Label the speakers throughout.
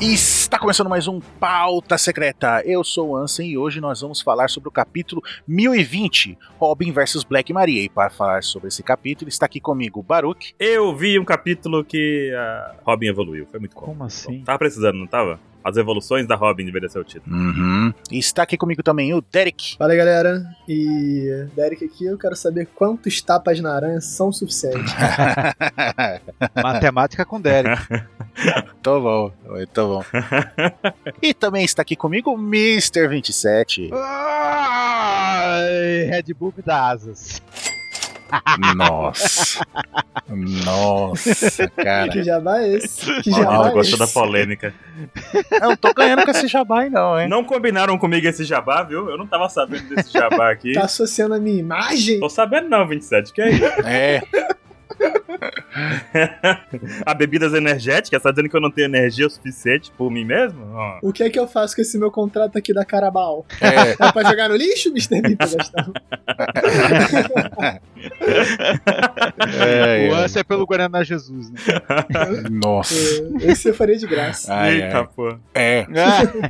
Speaker 1: Está começando mais um Pauta Secreta. Eu sou o Ansem e hoje nós vamos falar sobre o capítulo 1020, Robin versus Black Maria. E para falar sobre esse capítulo, está aqui comigo Baruch.
Speaker 2: Eu vi um capítulo que a Robin evoluiu. Foi muito bom.
Speaker 3: Como assim?
Speaker 2: Tava precisando, não tava? As evoluções da Robin deveria ser o título.
Speaker 1: Uhum. E está aqui comigo também o Derek.
Speaker 4: Fala aí, galera, e Derek aqui, eu quero saber quantos tapas na aranha são suficientes.
Speaker 3: Matemática com Derek.
Speaker 1: Tô bom, tô bom. E também está aqui comigo o Mr. 27.
Speaker 3: Ai, Red Bull me dá asas.
Speaker 1: Nossa. Nossa, cara.
Speaker 4: que jabá é esse? Que
Speaker 1: Olha lá, eu
Speaker 4: jabá é
Speaker 1: gosto
Speaker 4: esse?
Speaker 2: gostou da polêmica.
Speaker 1: Eu não tô ganhando com esse jabá aí não, hein?
Speaker 2: Não combinaram comigo esse jabá, viu? Eu não tava sabendo desse jabá aqui.
Speaker 1: assim.
Speaker 4: Tá associando a minha imagem?
Speaker 2: Tô sabendo não, 27, que é isso?
Speaker 1: É,
Speaker 2: A bebidas energéticas, tá dizendo que eu não tenho energia o suficiente por mim mesmo? Ó.
Speaker 4: O que é que eu faço com esse meu contrato aqui da Carabao?
Speaker 1: é.
Speaker 4: É pra jogar no lixo, Mr. Vitor Gastão?
Speaker 1: é, é.
Speaker 3: o lance é pelo Guaraná Jesus, né?
Speaker 1: Nossa.
Speaker 4: É, Esse eu faria de graça.
Speaker 1: Ai,
Speaker 2: Eita, pô.
Speaker 1: ai. É.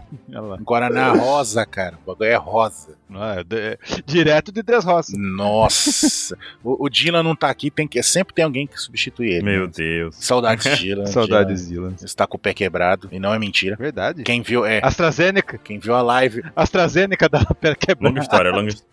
Speaker 3: Olha lá.
Speaker 1: Um Guaraná rosa, cara. O bagulho é rosa.
Speaker 3: Ah, é de- Direto de Dres Roças.
Speaker 1: Nossa. o, o Dylan não tá aqui, tem que, sempre tem alguém que substitui ele. né?
Speaker 2: Meu Deus.
Speaker 1: Saudades de Dylan.
Speaker 3: Saudades, Dylan.
Speaker 1: Dylan está com o pé quebrado, e não é mentira.
Speaker 3: Verdade.
Speaker 1: Quem viu, é.
Speaker 3: AstraZeneca.
Speaker 1: Quem viu a live.
Speaker 3: AstraZeneca da é pera
Speaker 2: Longa
Speaker 3: quebrada.
Speaker 2: história, longa história.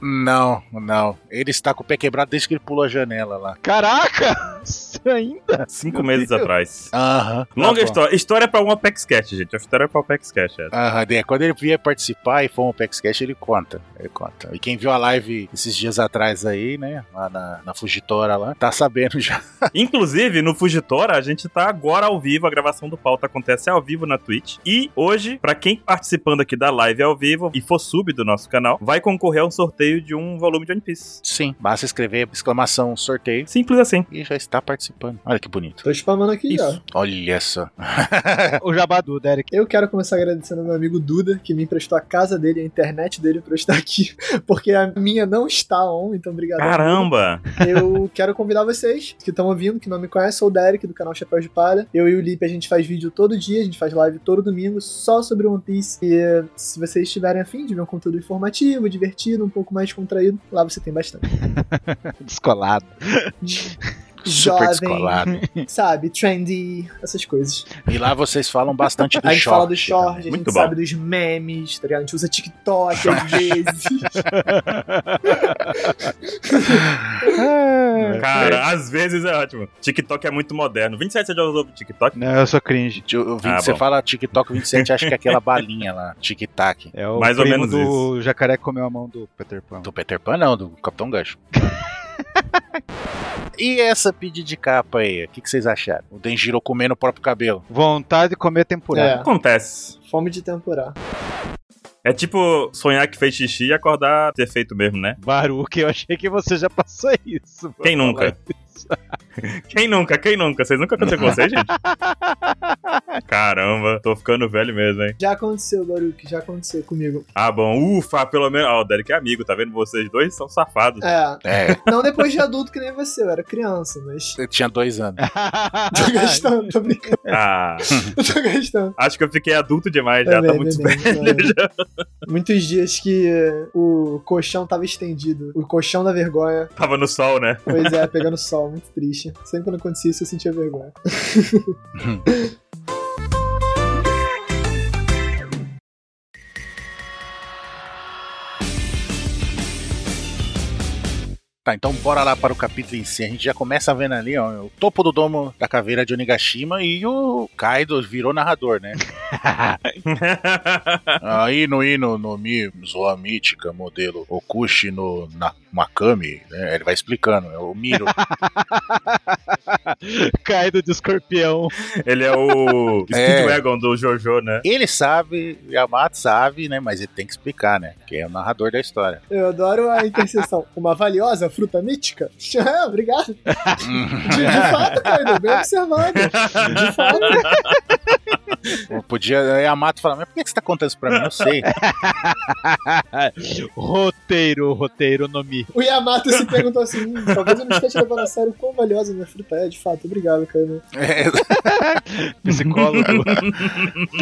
Speaker 1: Não, não. Ele está com o pé quebrado desde que ele pulou a janela lá.
Speaker 3: Caraca! Isso ainda.
Speaker 2: Cinco
Speaker 3: Meu
Speaker 2: meses
Speaker 3: Deus.
Speaker 2: atrás.
Speaker 1: Aham. Tá
Speaker 2: Longa
Speaker 1: bom.
Speaker 2: história. História pra um Apex Cash, gente. A história é pra um Apex Cash, essa.
Speaker 1: Aham, é, quando ele vier participar e for um Apex Cash, ele conta. Ele conta. E quem viu a live esses dias atrás aí, né? Lá na, na Fugitora lá, tá sabendo já.
Speaker 2: Inclusive, no Fugitora, a gente tá agora ao vivo, a gravação do pauta acontece ao vivo na Twitch. E hoje, pra quem tá participando aqui da live ao vivo e for sub do nosso canal, vai concorrer a um sorteio de um volume de One Piece.
Speaker 1: Sim. Basta escrever exclamação sorteio
Speaker 2: Simples assim.
Speaker 1: e já está participando. Olha que bonito.
Speaker 4: Tô spamando aqui já.
Speaker 1: Olha só.
Speaker 3: O Jabadu, Derek.
Speaker 4: Eu quero começar agradecendo ao meu amigo Duda, que me emprestou a casa dele, a internet dele pra eu estar aqui, porque a minha não está on, então obrigado.
Speaker 2: Caramba!
Speaker 4: Eu quero convidar vocês que estão ouvindo, que não me conhecem, sou o Derek do canal Chapéu de Palha. Eu e o Lipe, a gente faz vídeo todo dia, a gente faz live todo domingo só sobre One Piece. E eh, se vocês estiverem afim de ver um conteúdo informativo, divertido, um pouco mais contraído, lá você tem bastante.
Speaker 3: tá Descolado.
Speaker 1: Super
Speaker 4: Jovem.
Speaker 1: descolado.
Speaker 4: Sabe, trendy, essas coisas.
Speaker 1: E lá vocês falam bastante do
Speaker 4: A gente
Speaker 1: short. né?
Speaker 4: fala dos shorts, a
Speaker 1: também.
Speaker 4: gente
Speaker 2: Muito bom.
Speaker 4: sabe dos memes, tá ligado? A gente usa TikTok às vezes.
Speaker 3: É.
Speaker 2: Cara, às vezes é ótimo. TikTok é muito moderno. 27 você já usou TikTok?
Speaker 3: Não, eu sou cringe.
Speaker 1: Eu- eu vi
Speaker 2: Ah,
Speaker 1: que você
Speaker 2: bom.
Speaker 1: fala TikTok 27, acho que é aquela balinha lá, tic-tac.
Speaker 3: É o
Speaker 2: Mais ou
Speaker 3: primo
Speaker 2: menos
Speaker 3: do jacaré que comeu a mão do Peter Pan.
Speaker 1: Do Peter Pan, não, do Capitão Gancho. e essa pedida de capa aí? O que, que vocês acharam? O Denjiro comendo o próprio cabelo.
Speaker 3: Vontade de comer tempurá.
Speaker 4: É.
Speaker 2: Acontece.
Speaker 4: Fome de temporada.
Speaker 2: É tipo sonhar que fez xixi e acordar ter feito mesmo, né?
Speaker 3: Baruque, eu achei que você já passou isso. vou
Speaker 2: Quem
Speaker 3: falar
Speaker 2: nunca?
Speaker 3: isso.
Speaker 2: Quem nunca? Quem nunca? Vocês nunca aconteceu com vocês, gente? Caramba, tô ficando velho mesmo, hein?
Speaker 4: Já aconteceu, Baruque, já aconteceu comigo.
Speaker 2: Ah, bom. Ufa, pelo menos. Ó, o Derek é amigo, tá vendo? Vocês dois são safados.
Speaker 4: É,
Speaker 1: É,
Speaker 4: não depois de adulto que nem você, eu era criança, mas.
Speaker 1: eu tinha dois anos.
Speaker 4: Tô gastando, tô brincando,
Speaker 2: Ah,
Speaker 4: tô gastando.
Speaker 2: acho que eu fiquei adulto demais já, tá
Speaker 4: Também,
Speaker 2: muito
Speaker 4: também,
Speaker 2: velho.
Speaker 4: também.
Speaker 2: já.
Speaker 4: Muitos dias que eh, o colchão tava estendido, o colchão da vergonha,
Speaker 2: Tava no sol, né?
Speaker 4: pois é, pegando sol, muito triste. Sempre quando acontecia isso eu sentia vergonha.
Speaker 1: Tá, então bora lá para o capítulo em si. A gente já começa vendo ali, ó, o topo do domo da caveira de Onigashima e o Kaido virou narrador, né? Aí no hino no Mi, Zoa Mítica, modelo Okushi no na, Makami, né? Ele vai explicando, é o Miro.
Speaker 3: Caído de escorpião.
Speaker 2: Ele é o
Speaker 1: É.
Speaker 2: Speedwagon do Jojo, né?
Speaker 1: ele sabe, Yamato sabe, né? Mas ele tem que explicar, né? Que é o narrador da história.
Speaker 4: Eu adoro a interseção. Uma valiosa fruta mítica? É, Obrigado. Uhum. De, de fato, Kaido, bem observado. De fato.
Speaker 1: Eu podia. Aí a Mato falar, mas por que que você tá contando isso pra mim? Eu sei.
Speaker 3: roteiro, roteiro, nome.
Speaker 4: O Yamato se perguntou assim: "Hum, talvez eu não esteja levando a sério quão valiosa minha fruta é, de fato. Obrigado, cara.
Speaker 1: É,
Speaker 3: Psicólogo.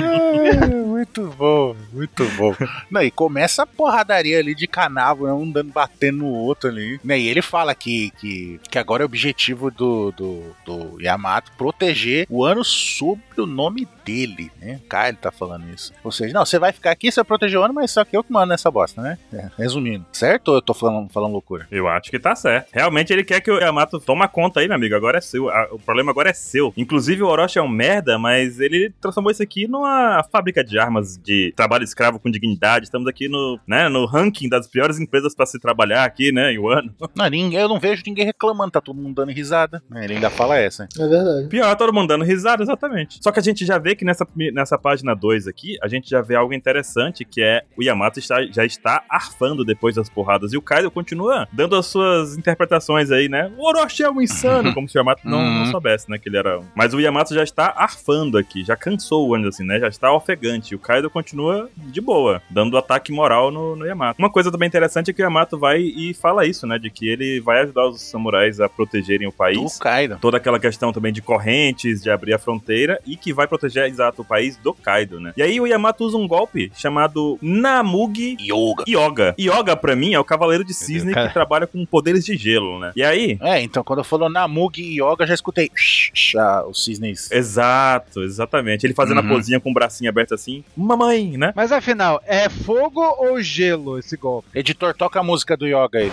Speaker 1: É, muito bom, muito bom. Não, e começa a porradaria ali de canavo, né, um dando batendo no outro ali. Né, e ele fala que, que, que agora é o objetivo do, do, do Yamato proteger o ano sob o nome dele, né? O Kai tá falando isso. Ou seja, não, você vai ficar aqui, você vai proteger o ano, mas só que eu que mando nessa bosta, né? É, resumindo. Certo ou eu tô falando, falando loucura?
Speaker 2: Eu acho que tá certo. Realmente ele quer que o Yamato toma conta aí, meu amigo. Agora é seu. A- O problema agora é seu. Inclusive o Orochi é um merda, mas ele transformou isso aqui numa fábrica de armas de trabalho escravo com dignidade. Estamos aqui no, né, no ranking das piores empresas pra se trabalhar aqui, né, em Wano.
Speaker 1: Não, ninguém, eu não vejo ninguém reclamando, tá todo mundo dando risada. né, Ele ainda fala essa.
Speaker 4: É verdade.
Speaker 2: Pior, todo mundo dando risada, exatamente. Só que a gente já vê que nessa, prime- nessa página 2 aqui, a gente já vê algo interessante, que é o Yamato está, já está arfando depois das porradas. E o Kaido continua dando as suas interpretações aí, né? O Orochi é um insano, como se o Yamato não, não
Speaker 1: Uhum.
Speaker 2: soubesse, né? Que ele era um. Mas o Yamato já está arfando aqui, já cansou o ônibus, assim, né? Já está ofegante. E o Kaido continua de boa, dando ataque moral no, no Yamato. Uma coisa também interessante é que o Yamato vai e fala isso, né? De que ele vai ajudar os samurais a protegerem o país
Speaker 1: Do Kaido.
Speaker 2: toda aquela questão também de correntes, de abrir a fronteira e que vai proteger exato o país do Kaido, né? E aí o Yamato usa um golpe chamado Namugi
Speaker 1: Yoga.
Speaker 2: Yoga. Yoga pra mim é o cavaleiro de cisne
Speaker 3: Cara.
Speaker 2: que trabalha com poderes de gelo, né? E aí
Speaker 1: É, então quando falou Namug e Yoga, eu já escutei ah, os cisnes.
Speaker 2: Exato, exatamente. Ele fazendo
Speaker 1: Uhum.
Speaker 2: a pozinha com o bracinho aberto assim, mamãe, né?
Speaker 3: Mas afinal, é fogo ou gelo esse golpe?
Speaker 1: Editor, toca a música do Yoga aí.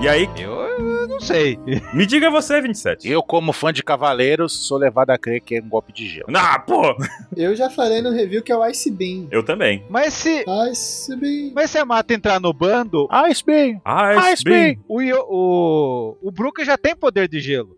Speaker 2: E aí,
Speaker 3: Eu, eu não sei.
Speaker 2: me diga você, 27.
Speaker 1: Eu, como fã de Cavaleiros, sou levado a crer que é um golpe de gelo.
Speaker 2: Ah, pô!
Speaker 4: Eu já falei no review que é o Ice Beam.
Speaker 2: Eu também.
Speaker 3: Mas se,
Speaker 4: Ice Beam.
Speaker 3: mas se a mata entrar no bando,
Speaker 1: Ice Beam!
Speaker 2: Ah,
Speaker 1: Ice Beam!
Speaker 3: o, Yo- o, o Brook já tem poder de gelo.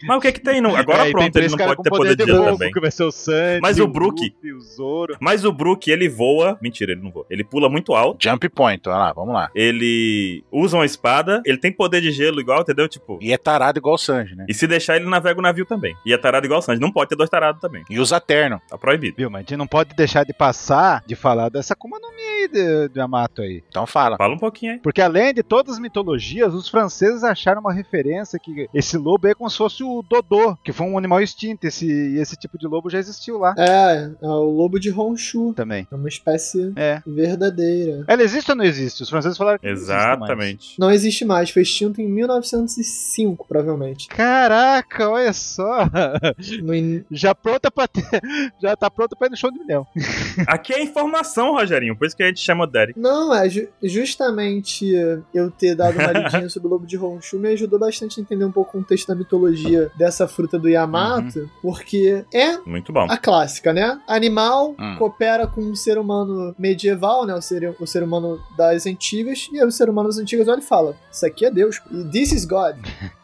Speaker 2: Mas o que é que tem? É, Não? Agora
Speaker 3: É, e tem
Speaker 2: pronto, ele
Speaker 3: três
Speaker 2: não
Speaker 3: cara
Speaker 2: pode
Speaker 3: com
Speaker 2: ter poder de gelo
Speaker 3: fogo,
Speaker 2: também.
Speaker 3: Que vai ser o Sandy,
Speaker 2: Mas o Brook-
Speaker 3: Luffy, o Zoro.
Speaker 2: Mas o Brook, ele voa. Mentira, ele não voa. Ele pula muito alto.
Speaker 1: Jump Point, olha lá, vamos lá.
Speaker 2: ele usa uma espada, ele tem poder de gelo igual, entendeu? Tipo.
Speaker 1: E é tarado igual o Sanji, né?
Speaker 2: E se deixar, ele navega o navio também. E é tarado igual o Sanji. Não pode ter dois tarados também.
Speaker 1: E usa terno.
Speaker 2: Tá proibido.
Speaker 3: Viu, mas a gente não pode deixar de passar, de falar dessa Akuma no Mi aí de- do Yamato aí.
Speaker 1: Então fala.
Speaker 2: Fala um pouquinho aí.
Speaker 3: Porque além de todas as mitologias, os franceses acharam uma referência que esse lobo aí é como se fosse o Dodô, que foi um animal extinto. Esse, e esse tipo de lobo já existiu lá
Speaker 4: É, é o lobo de Honshu.
Speaker 3: também.
Speaker 4: É uma espécie
Speaker 3: É.
Speaker 4: verdadeira.
Speaker 3: Ela existe ou não existe? Os franceses falaram que não existe mais.
Speaker 2: Exatamente.
Speaker 4: Não existe mais, foi extinto em 1905, provavelmente.
Speaker 3: Caraca, olha só.
Speaker 4: No in-
Speaker 3: Já pronta pra ter, já tá pronta pra ir no show de milhão.
Speaker 2: Aqui é informação, Rogerinho. Por isso que a gente chama o Derek.
Speaker 4: Não, é ju- justamente eh, eu ter dado uma lidinha sobre o lobo de Honshu me ajudou bastante a entender um pouco o contexto da mitologia dessa fruta do Yamato, porque é
Speaker 2: Muito bom.
Speaker 4: A clássica, né? Animal
Speaker 1: Hum.
Speaker 4: coopera com um ser humano medieval, né? O ser, o ser humano das antigas. E aí o ser humano das antigas olha e fala: Isso aqui é Deus. E this is God.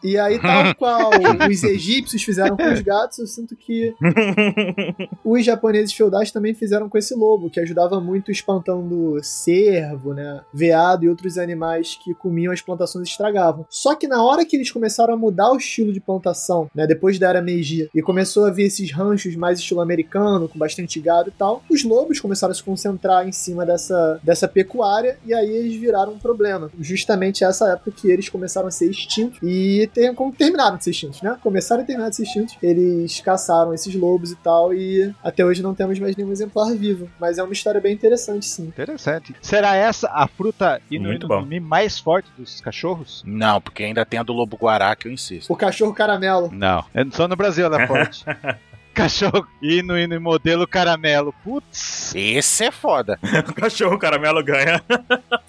Speaker 4: E aí, tal qual os egípcios fizeram com os gatos, eu sinto que os japoneses feudais também fizeram com esse lobo, que ajudava muito espantando cervo, né? Veado e outros animais que comiam as plantações e estragavam. Só que na hora que eles começaram a mudar o estilo de plantação, né? Depois da era Meiji, e começou a vir esses ranchos mais estilo americano, com bastante gado e tal, os lobos começaram a se concentrar em cima dessa, dessa pecuária e aí eles viraram um problema. Justamente essa época que eles começaram a ser extintos e tem, como terminaram de ser extintos, né? Começaram a terminar de ser extintos, eles caçaram esses lobos e tal e até hoje não temos mais nenhum exemplar vivo. Mas é uma história bem interessante, sim.
Speaker 3: Interessante. Será essa a fruta
Speaker 2: Muito bom.
Speaker 3: Inui mais forte dos cachorros?
Speaker 1: Não, porque ainda tem a do Lobo Guará que eu insisto.
Speaker 4: O cachorro caramelo.
Speaker 3: Não. É só no Brasil ela é forte. Cachorro Inu Inu modelo caramelo. Putz.
Speaker 1: Esse é foda.
Speaker 2: o cachorro caramelo ganha.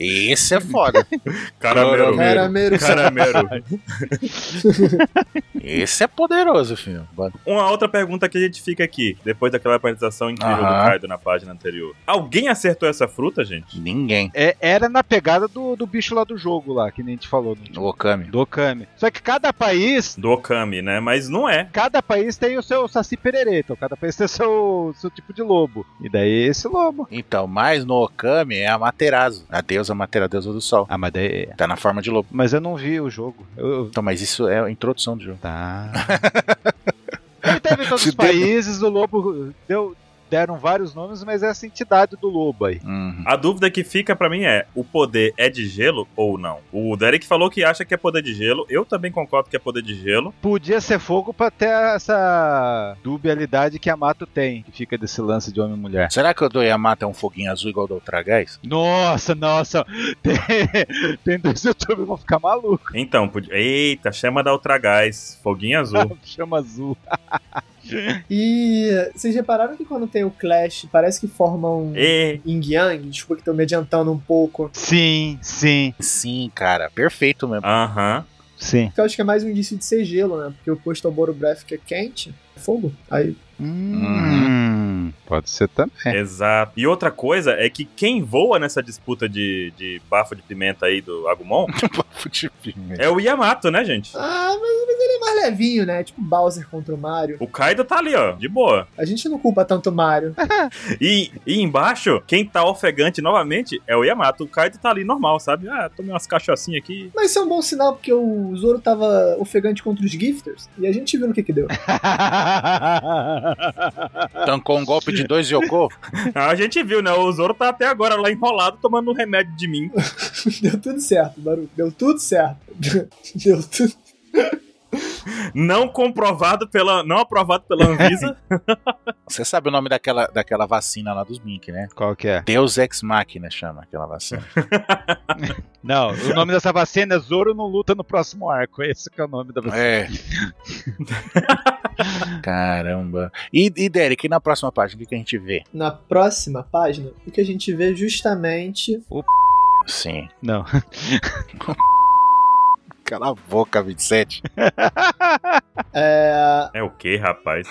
Speaker 1: Esse é foda.
Speaker 2: Caramelo.
Speaker 4: Caramelo.
Speaker 2: Caramelo.
Speaker 1: Esse é poderoso, filho.
Speaker 2: Uma outra pergunta que a gente fica aqui, depois daquela apresentação incrível do
Speaker 1: Aham.
Speaker 2: Kaido na página anterior. Alguém acertou essa fruta, gente?
Speaker 1: Ninguém.
Speaker 3: É- era na pegada do, do bicho lá do jogo lá, que nem a gente falou. né? Tipo,
Speaker 1: O
Speaker 3: No,
Speaker 1: Okami.
Speaker 3: do Okami. Só que cada país...
Speaker 2: Do Okami, né? Mas não é.
Speaker 3: Cada país tem o seu saci tererê. Então cada país tem seu, seu tipo de lobo. E daí é esse lobo.
Speaker 1: Então, mas no Okami é a Materazo, a deusa Matera, a deusa do sol.
Speaker 3: Ah, mas daí.
Speaker 1: Tá na forma de lobo.
Speaker 3: Mas eu não vi o jogo. Eu, eu-
Speaker 1: Então, mas isso é a introdução do jogo.
Speaker 3: Tá. Ele teve em todos
Speaker 1: Se
Speaker 3: os
Speaker 1: deu-
Speaker 3: países, o lobo deu, deram vários nomes, mas é essa entidade do lobo aí.
Speaker 1: Uhum.
Speaker 2: A dúvida que fica pra mim é: o poder é de gelo ou não? O Derek falou que acha que é poder de gelo. Eu também concordo que é poder de gelo.
Speaker 3: Podia ser fogo pra ter essa dubialidade que a Mato tem, que fica desse lance de homem e mulher.
Speaker 1: Será que o do Yamato é um foguinho azul igual ao do Ultragás?
Speaker 3: Nossa, nossa. Tem, tem dois youtubers que vão ficar malucos.
Speaker 2: Então, podia... eita, chama da Ultragás, foguinho azul.
Speaker 3: Chama azul.
Speaker 4: E vocês repararam que quando tem o Clash, parece que formam
Speaker 2: E
Speaker 4: Yin Yang? Desculpa que tô me adiantando um pouco.
Speaker 3: Sim, sim,
Speaker 1: Sim, cara, perfeito mesmo.
Speaker 2: aham.
Speaker 3: sim.
Speaker 4: Que eu acho que é mais um indício de ser gelo, né? Porque o posto ao Borobreath que é quente, é fogo. Aí,
Speaker 3: Hum, Pode ser também.
Speaker 2: Exato. E outra coisa é que quem voa nessa disputa de, de bafo de pimenta aí do Agumon
Speaker 1: Bafo de pimenta.
Speaker 2: é o Yamato, né, gente?
Speaker 4: ah, mas, mas ele é mais levinho, né? Tipo Bowser contra o Mario.
Speaker 2: O Kaido tá ali, ó, de boa.
Speaker 4: A gente não culpa tanto o Mario.
Speaker 2: E, e embaixo, quem tá ofegante novamente é o Yamato. O Kaido tá ali normal, sabe? Ah, tomei umas cachaçinhas aqui.
Speaker 4: Mas isso é um bom sinal, porque o Zoro tava ofegante contra os Gifters. E a gente viu no que que deu.
Speaker 1: Tancou um golpe de dois Yoko?
Speaker 2: Ah, a gente viu, né? O Zoro tá até agora lá enrolado tomando um remédio de mim.
Speaker 4: deu tudo certo, Baru. Deu tudo certo. deu tudo.
Speaker 2: Não comprovado pela. Não aprovado pela Anvisa.
Speaker 1: Você sabe o nome daquela, daquela vacina lá dos Mink, né?
Speaker 3: Qual que é?
Speaker 1: Deus Ex Machina chama aquela vacina.
Speaker 3: Não, o nome dessa vacina é Zoro não luta no próximo arco. Esse que é o nome da vacina.
Speaker 1: É. Caramba. E, e Derek, e na próxima página, o que, que a gente vê?
Speaker 4: Na próxima página, o que a gente vê justamente.
Speaker 1: Sim.
Speaker 3: Não.
Speaker 1: Cala a boca, 27.
Speaker 4: É...
Speaker 2: é o quê, rapaz?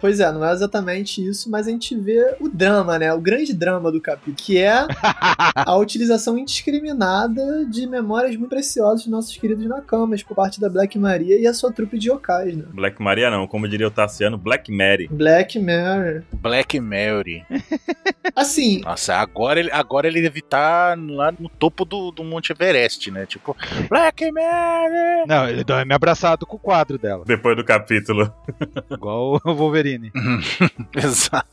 Speaker 4: Pois é, não é exatamente isso, mas a gente vê o drama, né? O grande drama do capítulo, que é a utilização indiscriminada de memórias muito preciosas de nossos queridos Nakamas por parte da Black Maria e a sua trupe de yokais, né?
Speaker 2: Black Maria não, como diria o Tassiano, Black Mary.
Speaker 4: Black Mary.
Speaker 1: Black Mary.
Speaker 4: Assim,
Speaker 1: Nossa, agora ele, agora ele deve estar lá no topo do, do Monte Everest, né? Tipo, Black Mary!
Speaker 3: Não, ele dorme abraçado com o quadro dela.
Speaker 2: Depois do capítulo.
Speaker 3: Igual o Wolverine.
Speaker 1: Exato.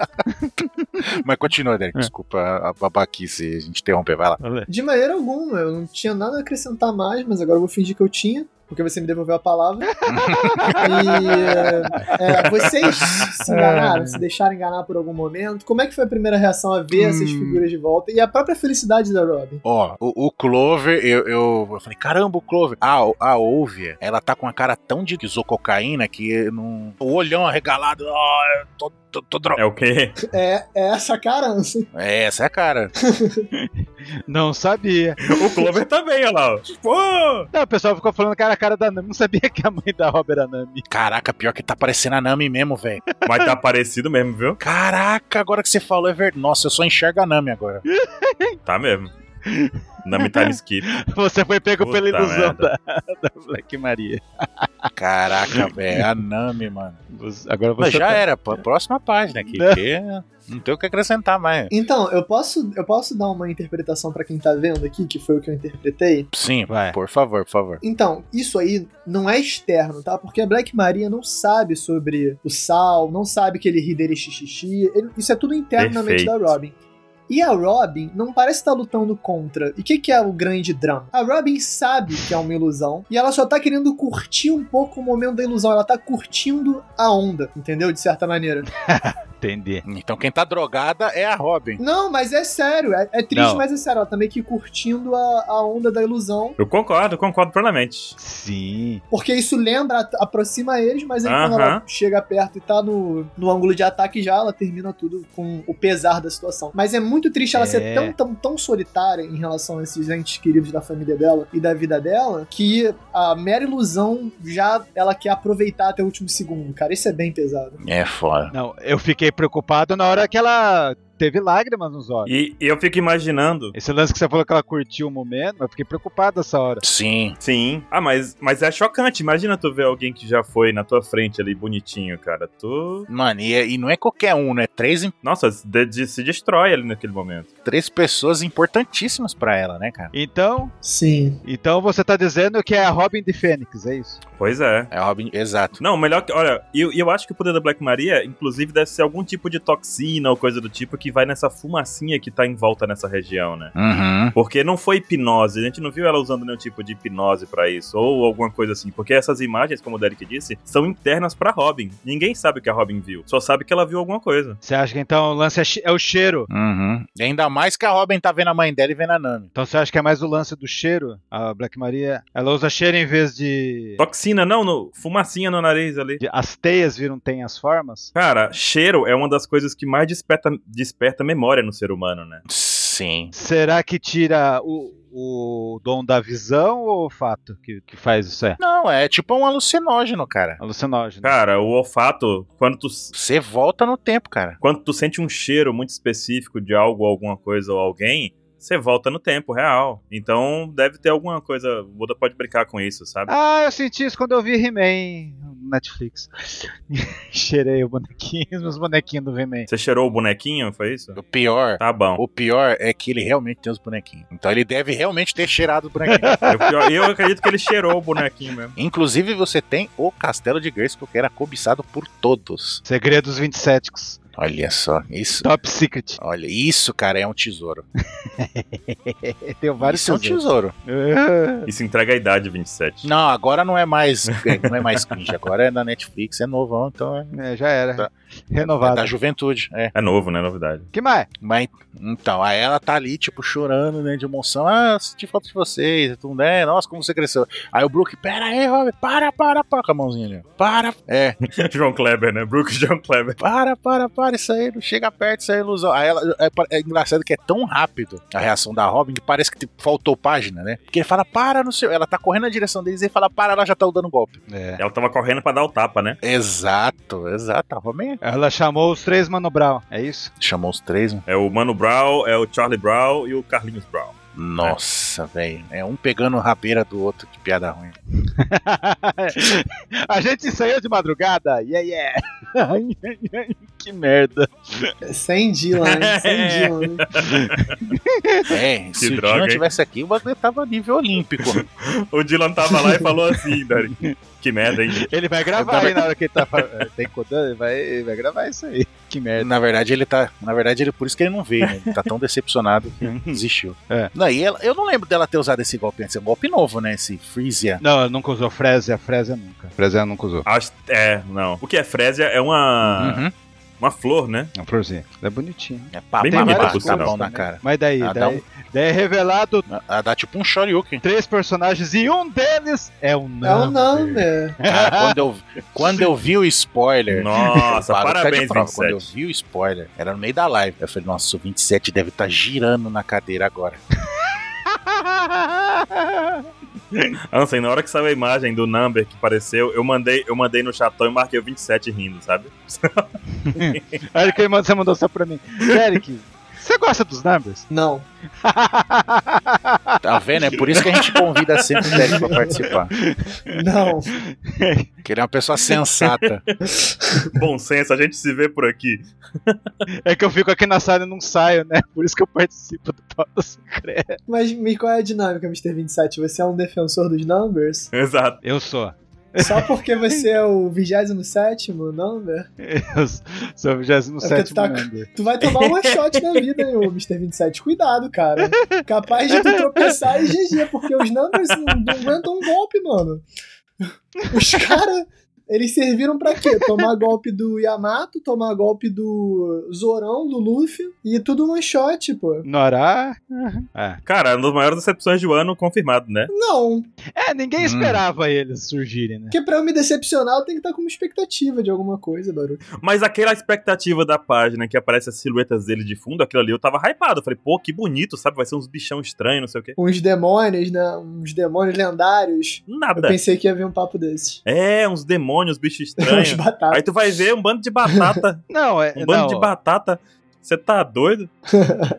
Speaker 1: Mas continua, Derek.
Speaker 3: É.
Speaker 1: Desculpa a a babaquice, a gente interromper, vai lá.
Speaker 4: de maneira alguma, eu não tinha nada a acrescentar mais, mas agora eu vou fingir que eu tinha. Porque você me devolveu a palavra. e é, é, vocês se enganaram, se deixaram enganar por algum momento. Como é que foi a primeira reação a ver essas
Speaker 3: Hum.
Speaker 4: figuras de volta? E a própria felicidade da Robin.
Speaker 1: Ó, o, o Clover, eu, eu, eu falei, caramba, o Clover. A, a Ovia, ela tá com a cara tão de que usou cocaína que eu não. O olhão arregalado, ó, eu tô, tô, tô dro-
Speaker 2: É o quê?
Speaker 4: É, é essa carança.
Speaker 1: É, essa é a cara.
Speaker 3: Não sabia.
Speaker 2: O Clover também, olha lá. ó. Pô!
Speaker 3: Não, o pessoal ficou falando que era a cara da Nami. Não sabia que a mãe da Robert era a Nami.
Speaker 1: Caraca, pior que tá parecendo a Nami mesmo, velho.
Speaker 2: Mas tá parecido mesmo, viu?
Speaker 1: Caraca, agora que você falou é verdade. Nossa, eu só enxergo a Nami agora.
Speaker 2: Tá mesmo. Nami Time Skip.
Speaker 3: Você foi pego
Speaker 2: Puta
Speaker 3: pela ilusão
Speaker 2: merda.
Speaker 3: da, da Black Maria.
Speaker 1: Caraca, velho, a Nami, mano.
Speaker 3: Você- agora
Speaker 1: Mas
Speaker 3: você.
Speaker 1: já
Speaker 3: tá- Né?
Speaker 1: era, pô, próxima página aqui, porque não tem o que acrescentar mais.
Speaker 4: Então, eu posso, eu posso dar uma interpretação pra quem tá vendo aqui, que foi o que eu interpretei?
Speaker 1: Sim,
Speaker 3: Vai.
Speaker 1: por favor, por favor.
Speaker 4: Então, isso aí não é externo, tá? Porque a Black Maria não sabe sobre o Sal, não sabe que ele ri dele xixi. ele- Isso é tudo internamente
Speaker 2: Perfeito.
Speaker 4: da Robin. E a Robin não parece estar lutando contra. E o que, que é o grande drama? A Robin sabe que é uma ilusão e ela só tá querendo curtir um pouco o momento da ilusão. Ela tá curtindo a onda, entendeu? De certa maneira.
Speaker 3: Entendi.
Speaker 1: Então quem tá drogada é a Robin.
Speaker 4: Não, mas é sério. É, é triste,
Speaker 3: Não.
Speaker 4: mas é sério. Ela tá meio que curtindo a- a onda da ilusão
Speaker 2: Eu concordo, concordo plenamente.
Speaker 3: Sim.
Speaker 4: Porque isso lembra, at- aproxima eles, mas aí quando
Speaker 2: Aham.
Speaker 4: ela chega perto e tá no, no ângulo de ataque já, ela termina tudo com o pesar da situação. Mas é muito triste ela
Speaker 3: É.
Speaker 4: ser tão, tão, tão solitária em relação a esses entes queridos da família dela e da vida dela, que a mera ilusão já ela quer aproveitar até o último segundo, cara. Isso é bem pesado.
Speaker 1: É foda.
Speaker 3: Não, eu fiquei preocupado na hora que ela teve lágrimas nos olhos.
Speaker 2: E e eu fico imaginando.
Speaker 3: Esse lance que você falou que ela curtiu o momento, eu fiquei preocupado essa hora.
Speaker 1: Sim.
Speaker 2: Sim. Ah, mas, mas é chocante. Imagina tu ver alguém que já foi na tua frente ali, bonitinho, cara. Tu.
Speaker 1: Mano, e, é- e não é qualquer um, né? Três, im-
Speaker 2: Nossa, se de- de- se destrói ali naquele momento.
Speaker 1: três pessoas importantíssimas pra ela, né, cara?
Speaker 3: Então,
Speaker 4: Sim.
Speaker 3: então você tá dizendo que é a Robin de Fênix, é isso?
Speaker 2: Pois é.
Speaker 1: É Robin, exato.
Speaker 2: Não, melhor que. Olha, eu, eu acho que o poder da Black Maria, inclusive, deve ser algum tipo de toxina ou coisa do tipo que vai nessa fumacinha que tá em volta nessa região, né?
Speaker 1: Uhum.
Speaker 2: Porque não foi hipnose, a gente não viu ela usando nenhum tipo de hipnose pra isso, ou alguma coisa assim. Porque essas imagens, como o Derek disse, são internas pra Robin. Ninguém sabe o que a Robin viu, só sabe que ela viu alguma coisa.
Speaker 3: Você acha que então o lance é, che- é o cheiro?
Speaker 1: Uhum. E ainda mais que a Robin tá vendo a mãe dela e vendo a Nami.
Speaker 3: Então você acha que é mais o lance do cheiro? A Black Maria, ela usa cheiro em vez de,
Speaker 2: Toxina, não, no, fumacinha no nariz ali.
Speaker 3: de- as teias viram tem as formas?
Speaker 2: Cara, cheiro é uma das coisas que mais desperta, desperta memória no ser humano, né?
Speaker 1: Sim.
Speaker 3: Será que tira o, o dom da visão ou o olfato que, que faz isso aí?
Speaker 1: Não, é tipo um alucinógeno, cara.
Speaker 3: Alucinógeno.
Speaker 2: Cara, o olfato, quando tu,
Speaker 1: Você volta no tempo, cara.
Speaker 2: quando tu sente um cheiro muito específico de algo, alguma coisa ou alguém, você volta no tempo real. Então deve ter alguma coisa. O Buda pode brincar com isso, sabe?
Speaker 3: Ah, eu senti isso quando eu vi He-Man no Netflix. Cheirei o bonequinho, os bonequinhos do He-Man.
Speaker 2: Você cheirou o bonequinho? Foi isso?
Speaker 1: O pior.
Speaker 2: Tá bom.
Speaker 1: O pior é que ele realmente tem os bonequinhos. Então ele deve realmente ter cheirado o bonequinho.
Speaker 2: Eu, pior- eu acredito que ele cheirou o bonequinho mesmo.
Speaker 1: Inclusive, você tem o Castelo de Grayskull, que era cobiçado por todos.
Speaker 3: Segredos 27.
Speaker 1: Olha só, isso.
Speaker 3: Top Secret.
Speaker 1: Olha, isso, cara, é um tesouro.
Speaker 3: Tem vários
Speaker 1: isso é um
Speaker 3: tesouros.
Speaker 1: tesouro.
Speaker 2: Isso entrega a idade, 27.
Speaker 1: Não, agora não é mais, não é mais cringe, agora é da Netflix, é novão, então é,
Speaker 3: É, já era.
Speaker 1: Tá. é
Speaker 3: Renovado.
Speaker 1: da juventude, é.
Speaker 2: É novo, né? Novidade.
Speaker 3: que mais?
Speaker 1: Mas então, aí ela tá ali tipo chorando, né, de emoção. Ah, eu senti falta de vocês, e tudo, né? Nossa, como você cresceu. Aí o Brook, pera aí, Robert, para, para, para com a mãozinha ali. ó. Para, é,
Speaker 2: João Kleber, né? Brooks João Kleber.
Speaker 1: para, para, para, isso aí, não chega perto, isso aí é ilusão. Aí ela, é, pa- é engraçado que é tão rápido a reação da Robin que parece que tipo, faltou página, né? Porque ele fala, para, não sei, ela tá correndo na direção deles e ele fala, para, ela já tá dando golpe.
Speaker 3: É.
Speaker 2: Ela tava correndo pra dar o tapa, né?
Speaker 1: Exato, exato, a Robin
Speaker 3: Ela chamou os três Mano Brown, é isso?
Speaker 1: chamou os três, né?
Speaker 2: É o Mano Brown, é o Charlie Brown e o Carlinhos Brown.
Speaker 1: Nossa, velho, é um pegando rabeira do outro, que piada ruim.
Speaker 3: A gente saiu de madrugada, yeah, yeah. Ai, ai, ai, que merda.
Speaker 4: É Sem Dylan, né? sem Dylan. né?
Speaker 1: É, se o
Speaker 2: droga,
Speaker 1: Dylan
Speaker 2: hein?
Speaker 1: tivesse aqui, o bagulho tava nível olímpico. né?
Speaker 2: O Dylan tava lá e falou assim, Dari. Que merda, hein?
Speaker 3: Ele vai gravar aí na hora que ele tá falando. Tem codando, ele vai, ele vai gravar isso aí. Que merda.
Speaker 1: na verdade, ele tá. Na verdade, ele por isso que ele não veio, né? Ele tá tão decepcionado que desistiu.
Speaker 3: É.
Speaker 1: Não, e ela- eu não lembro dela ter usado esse golpe antes. É um golpe novo, né? Esse Freezia.
Speaker 3: Não, ela nunca usou Frezia, Frezia nunca. Frezia nunca usou.
Speaker 2: As- É, não. O que é Frésia é uma,
Speaker 1: Uhum.
Speaker 2: uma flor, né?
Speaker 3: É uma florzinha. Ela é bonitinha.
Speaker 1: É papo,
Speaker 2: Bem
Speaker 1: papo,
Speaker 2: bonito,
Speaker 1: papo,
Speaker 2: por sinal.
Speaker 1: tapão na cara.
Speaker 3: né? Mas daí,
Speaker 1: Ah, dá
Speaker 3: daí, daí é revelado
Speaker 1: Ela dá tipo um shoryuken.
Speaker 3: três personagens e um deles é um
Speaker 4: É
Speaker 3: não.
Speaker 4: o Number.
Speaker 1: Cara, quando eu, quando eu vi o spoiler.
Speaker 2: Nossa,
Speaker 1: Barulho tá É. de
Speaker 2: parabéns,
Speaker 1: prova. Quando eu
Speaker 2: 27.
Speaker 1: vi o spoiler, era no meio da live. Eu falei, nossa, o 27 deve estar girando na cadeira agora.
Speaker 2: Ansem, na hora que saiu a imagem do Number que apareceu, eu mandei, eu mandei no chatão e marquei o 27 rindo, sabe?
Speaker 3: Olha que você mandou só pra mim. Derek, você gosta dos numbers?
Speaker 4: Não.
Speaker 1: Tá vendo? É por isso que a gente convida sempre o Derek pra participar.
Speaker 4: Não.
Speaker 1: Que ele é uma pessoa sensata.
Speaker 2: Bom senso, a gente se vê por aqui.
Speaker 3: É que eu fico aqui na sala e não saio, né? Por isso que eu participo do Pauta Secreta.
Speaker 4: Mas me- qual é a dinâmica, Mr. 27? Você é um defensor dos Numbers?
Speaker 2: Exato.
Speaker 3: Eu sou.
Speaker 4: Só porque você é o 27 Number?
Speaker 3: Eu sou o 27
Speaker 4: tá-
Speaker 3: member.
Speaker 4: né? Tu vai tomar um shot na vida, hein, ô Mr. 27. Cuidado, cara. Capaz de tu tropeçar e GG, porque os Numbers não, não aguentam um golpe, mano. Os caras, eles serviram pra quê? Tomar golpe do Yamato, tomar golpe do Zorão, do Luffy, e tudo one shot, pô.
Speaker 3: Norá. Uhum. Ah.
Speaker 2: Cara, uma das maiores decepções do ano, confirmado, né?
Speaker 4: Não,
Speaker 3: É, ninguém
Speaker 1: Hum.
Speaker 3: esperava eles surgirem, né?
Speaker 4: porque pra eu me decepcionar, eu tenho que estar com uma expectativa de alguma coisa, Baru.
Speaker 2: Mas aquela expectativa da página que aparece as silhuetas dele de fundo, aquilo ali, eu tava hypado. Eu falei, pô, que bonito, sabe? Vai ser uns bichão estranho, não sei o quê.
Speaker 4: uns demônios, né? Uns demônios lendários. Eu
Speaker 2: Nada.
Speaker 4: pensei que ia vir um papo desses.
Speaker 2: É, uns demônios, bichos
Speaker 4: Uns
Speaker 2: estranhos.
Speaker 4: batatas.
Speaker 2: Aí tu vai ver um bando de batata.
Speaker 3: Não, é.
Speaker 2: Um
Speaker 3: não,
Speaker 2: bando de batata. Você tá doido?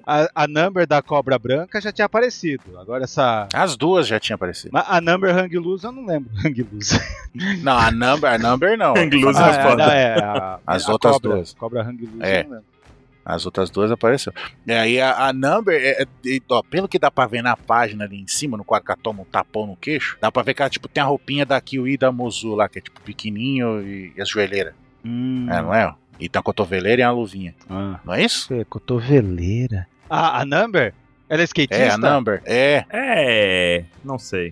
Speaker 3: A, a number da cobra branca já tinha aparecido. Agora essa.
Speaker 1: As duas já tinham aparecido.
Speaker 3: Ma- A number hang loose eu não lembro. Hang loose.
Speaker 1: Não, a number, a number não.
Speaker 2: Hang loose
Speaker 1: Ah,
Speaker 2: é
Speaker 1: é,
Speaker 2: foda.
Speaker 3: não, é, a-
Speaker 1: As
Speaker 3: a
Speaker 1: outras
Speaker 3: cobra,
Speaker 1: duas.
Speaker 3: Cobra hang loose
Speaker 1: É.
Speaker 3: eu não lembro.
Speaker 1: As outras duas apareceram. E aí a, a Number, é- é- e, ó, pelo que dá pra ver na página ali em cima, no quadro que ela toma um tapão no queixo, dá pra ver que ela tipo, tem a roupinha da Kiwi e da Mozu lá, que é tipo pequenininho e, e as joelheiras.
Speaker 3: Hum.
Speaker 1: É, não é? ó? E tem a cotoveleira e a luvinha.
Speaker 3: Ah.
Speaker 1: Não é isso?
Speaker 5: É, cotoveleira.
Speaker 3: Ah, a number? Ela é skatista?
Speaker 1: É, a Number. É.
Speaker 2: É, não sei.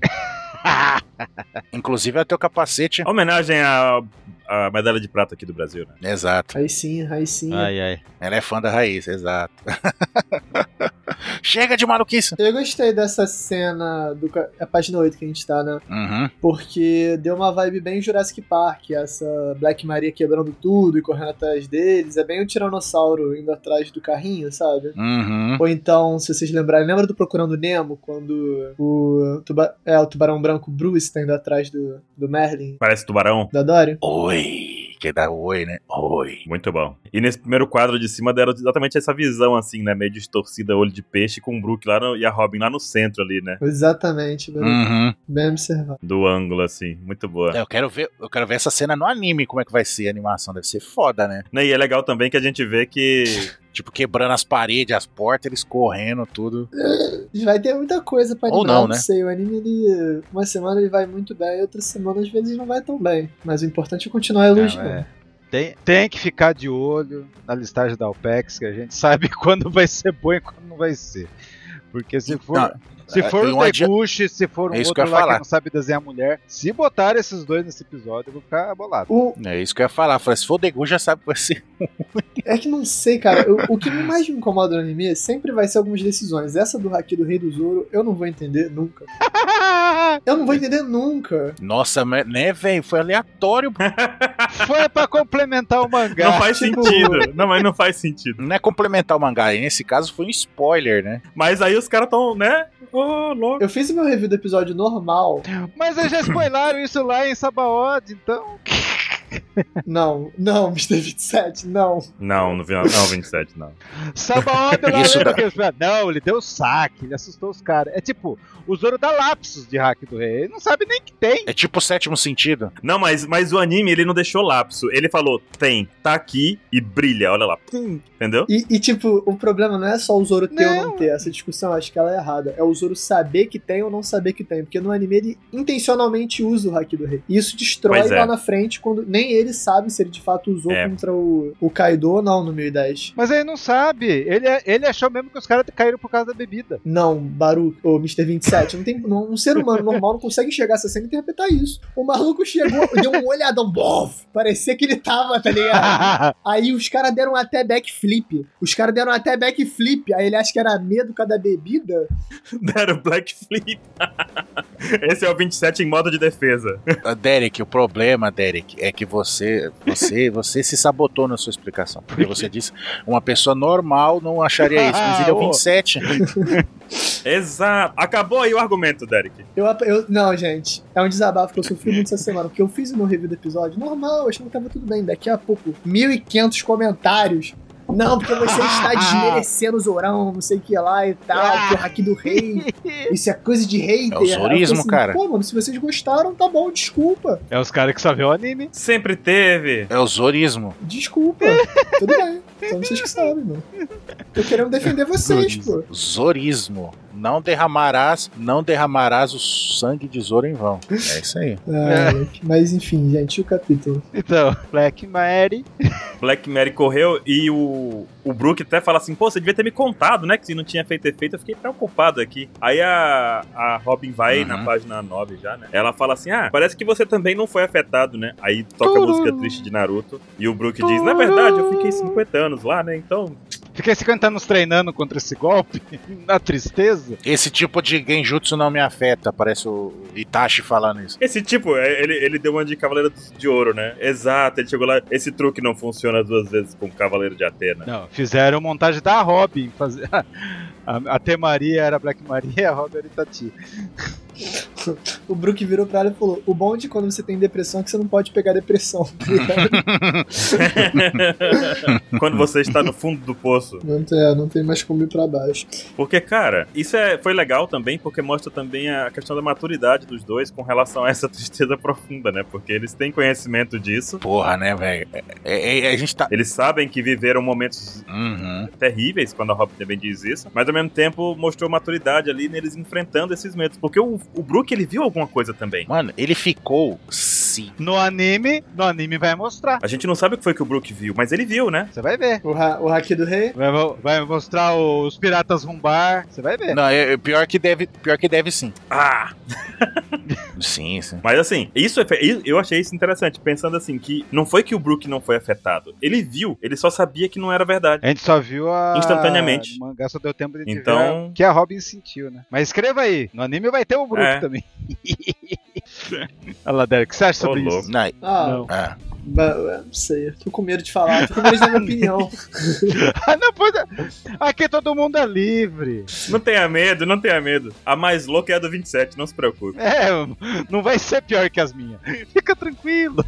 Speaker 1: Inclusive ela tem o capacete.
Speaker 2: Homenagem à, à medalha de prata aqui do Brasil, né?
Speaker 1: Exato.
Speaker 4: Aí sim, aí sim.
Speaker 3: Ai, ai.
Speaker 1: Ela é fã da raiz, exato. Chega de maluquice.
Speaker 4: Eu gostei dessa cena do ca- a página 8 que a gente tá, né?
Speaker 1: Uhum.
Speaker 4: Porque deu uma vibe bem Jurassic Park, essa Black Maria quebrando tudo e correndo atrás deles. É bem o Tiranossauro indo atrás do carrinho, sabe?
Speaker 1: Uhum.
Speaker 4: Ou então, se vocês lembrarem, lembra do Procurando Nemo, quando o, tuba- é, o tubarão branco Bruce tá indo atrás do, do Merlin,
Speaker 2: Parece tubarão.
Speaker 4: da Dory?
Speaker 1: Oi. Que dá oi, né? Oi.
Speaker 2: Muito bom. E nesse primeiro quadro de cima deram exatamente essa visão, assim, né? Meio distorcida, olho de peixe, com o Brook lá no- e a Robin lá no centro ali, né?
Speaker 4: Exatamente, bem,
Speaker 1: Uhum.
Speaker 4: bem observado.
Speaker 2: Do ângulo, assim. Muito boa.
Speaker 1: É, Eu quero ver, eu quero ver essa cena no anime, como é que vai ser a animação, deve ser foda, né?
Speaker 2: Né, E é legal também que a gente vê que.
Speaker 1: Tipo, quebrando as paredes, as portas, eles correndo, tudo.
Speaker 4: Vai ter muita coisa pra
Speaker 1: Ou
Speaker 4: animar,
Speaker 1: não,
Speaker 4: não,
Speaker 1: né?
Speaker 4: sei. O anime, ele, uma semana ele vai muito bem, outra semana às vezes não vai tão bem. Mas o importante é continuar elogiando.
Speaker 3: É. Tem, tem que ficar de olho na listagem da OPEX, que a gente sabe quando vai ser bom e quando não vai ser. Porque se for,
Speaker 1: Não,
Speaker 3: se
Speaker 1: é,
Speaker 3: for
Speaker 1: tem
Speaker 3: o
Speaker 1: um adi-
Speaker 3: Deguchi, se for um
Speaker 1: É isso que
Speaker 3: outro
Speaker 1: eu ia
Speaker 3: lá
Speaker 1: falar.
Speaker 3: que não sabe desenhar mulher, se botar esses dois nesse episódio, eu vou ficar bolado.
Speaker 4: O,
Speaker 1: É isso que eu ia falar. Eu falei, se for o Degu, já sabe que vai ser.
Speaker 4: é que não sei, cara. Eu- o que mais me incomoda no anime sempre vai ser algumas decisões. Essa do Haki do Rei do Zoro, eu não vou entender nunca. Eu não vou entender nunca.
Speaker 1: Nossa, mas- né, velho? Foi aleatório.
Speaker 3: Foi pra complementar o
Speaker 2: Não
Speaker 3: mangá.
Speaker 2: faz
Speaker 4: tipo-
Speaker 2: sentido. Não, mas não faz sentido.
Speaker 1: Não é complementar o mangá. E nesse caso foi um spoiler, né?
Speaker 2: Mas aí os caras tão, né? Ô, louco.
Speaker 4: Eu fiz o meu review do episódio normal.
Speaker 3: Mas eles já spoilaram isso lá em Sabaod, então.
Speaker 4: Não, não, Mr. 27, não.
Speaker 2: Não, no final. Não, 27, não.
Speaker 3: Sabaod lá
Speaker 1: Isso
Speaker 3: lembra
Speaker 1: dá-
Speaker 3: que eles falaram, Não, ele deu saque, ele assustou os caras. É tipo, o Zoro dá lapsos de hack do rei. Ele não sabe nem que tem.
Speaker 1: É tipo o sétimo sentido.
Speaker 2: Não, mas, mas o anime, ele não deixou lapso. Ele falou, tem, tá aqui e brilha, olha lá. Pum, Entendeu?
Speaker 4: E, e, tipo, o problema não é só o Zoro ter ou não
Speaker 3: Não.
Speaker 4: ter. Essa discussão eu acho que ela é errada. É o Zoro saber que tem ou não saber que tem. Porque no anime ele intencionalmente usa o Haki do Rei. E isso destrói
Speaker 2: Pois é.
Speaker 4: lá na frente quando nem ele sabe se ele de fato usou
Speaker 2: É.
Speaker 4: contra o, o Kaido ou não no 1010.
Speaker 3: Mas ele não sabe. Ele, é, ele achou mesmo que os caras caíram por causa da bebida.
Speaker 4: Não, Baru, ou Mr. 27, não tem, não- um ser humano normal não consegue chegar essa cena e interpretar isso. O maluco chegou, deu um olhadão, bof, parecia que ele tava, tá ligado? Aí os caras deram até backflip. Os caras deram até backflip. Aí ele acha que era medo por causa da bebida.
Speaker 2: Deram Black Flip. Esse é o 27 em modo de defesa.
Speaker 1: Ah, Derek, o problema, Derek, é que você, você, você se sabotou na sua explicação. Porque você disse, uma pessoa normal não acharia isso. Mas ele é o
Speaker 3: Ah, ô.
Speaker 1: 27.
Speaker 2: Exato. Acabou aí o argumento, Derek.
Speaker 4: Eu, ap- eu- não, gente, é um desabafo que eu sofri muito essa semana. Porque eu fiz o meu review do episódio normal, achando que tava tudo bem. Daqui a pouco, 1.500 comentários. Não, porque você está desmerecendo o Zorão, não sei o que lá e tal, que o hack do rei. Isso é coisa de hater.
Speaker 1: É o zorismo,
Speaker 4: Aí eu falei
Speaker 1: cara.
Speaker 4: Pô, mano, se vocês gostaram, tá bom, desculpa.
Speaker 3: É os caras que só vê o anime.
Speaker 2: Sempre teve.
Speaker 1: É o zorismo.
Speaker 4: Desculpa. Tudo bem. São vocês que sabem, mano. Tô querendo defender vocês, pô.
Speaker 1: Zorismo. Não derramarás, não derramarás o sangue de Zoro em vão. É isso aí.
Speaker 4: Ah, Mas enfim, gente, o capítulo.
Speaker 3: Então, Black Mary.
Speaker 2: Black Mary correu e o, o Brook até fala assim: pô, você devia ter me contado, né? Que se não tinha feito efeito, eu fiquei preocupado aqui. Aí a, a Robin vai
Speaker 1: Uhum.
Speaker 2: na página 9 já, né? Ela fala assim: ah, parece que você também não foi afetado, né? Aí toca a
Speaker 3: Tururu.
Speaker 2: música triste de Naruto. E o Brook diz: na verdade, eu fiquei 50 anos lá, né? Então.
Speaker 3: Fiquei 50 anos treinando contra esse golpe. Na tristeza.
Speaker 1: Esse tipo de genjutsu não me afeta, parece o Itachi falando isso.
Speaker 2: Esse tipo, é, ele, ele deu uma de Cavaleiro de Ouro, né? Exato, ele chegou lá. Esse truque não funciona duas vezes com o Cavaleiro de Atena.
Speaker 3: Não, fizeram montagem da Robin. Fazer... A, a T Maria era Black Maria, a Robin era Itati.
Speaker 4: o Brook virou pra ela e falou: O bom de quando você tem depressão é que você não pode pegar depressão. tá ligado?
Speaker 2: Quando você está no fundo do poço.
Speaker 4: não, tem, é, não tem mais como ir pra baixo.
Speaker 2: Porque, cara, isso é, foi legal também, porque mostra também a questão da maturidade dos dois com relação a essa tristeza profunda, né? Porque eles têm conhecimento disso.
Speaker 1: Porra, né, velho? É- é- é- a gente tá.
Speaker 2: Eles sabem que viveram momentos
Speaker 1: Uhum.
Speaker 2: terríveis quando a Robin também diz isso, mas ao mesmo tempo mostrou maturidade ali neles enfrentando esses medos, porque o, o Brook ele viu alguma coisa também.
Speaker 1: Mano, ele ficou sim.
Speaker 3: No anime, no anime vai mostrar.
Speaker 2: A gente não sabe o que foi que o Brook viu, mas ele viu, né?
Speaker 3: Você vai ver.
Speaker 4: O, ha o Haki do Rei.
Speaker 3: Vai, mo- vai mostrar os piratas rumbar. Você vai ver.
Speaker 1: Não, é, é pior que deve, pior que deve sim.
Speaker 2: Ah!
Speaker 1: Sim, sim.
Speaker 2: Mas assim, isso é fe- eu achei isso interessante, pensando assim que não foi que o Brook não foi afetado, ele viu, ele só sabia que não era verdade.
Speaker 3: A gente só viu a.
Speaker 2: Instantaneamente.
Speaker 3: O mangá só deu tempo de gente
Speaker 2: Então-
Speaker 3: ver o que a Robin sentiu, né? Mas escreva aí. No anime vai ter o Brook
Speaker 2: É.
Speaker 3: também. Olha lá, Derek, o que você acha
Speaker 2: Ô,
Speaker 3: sobre
Speaker 2: louco.
Speaker 3: isso?
Speaker 1: Não,
Speaker 4: Ah,
Speaker 3: Não.
Speaker 1: ah.
Speaker 4: ba- é, não sei. Tô com medo de falar. Tô com medo da minha opinião.
Speaker 3: Ah, não, pois é. Aqui todo mundo é livre.
Speaker 2: Não tenha medo, não tenha medo. A mais louca é a do 27, não se preocupe.
Speaker 3: É, não vai ser pior que as minhas. Fica tranquilo.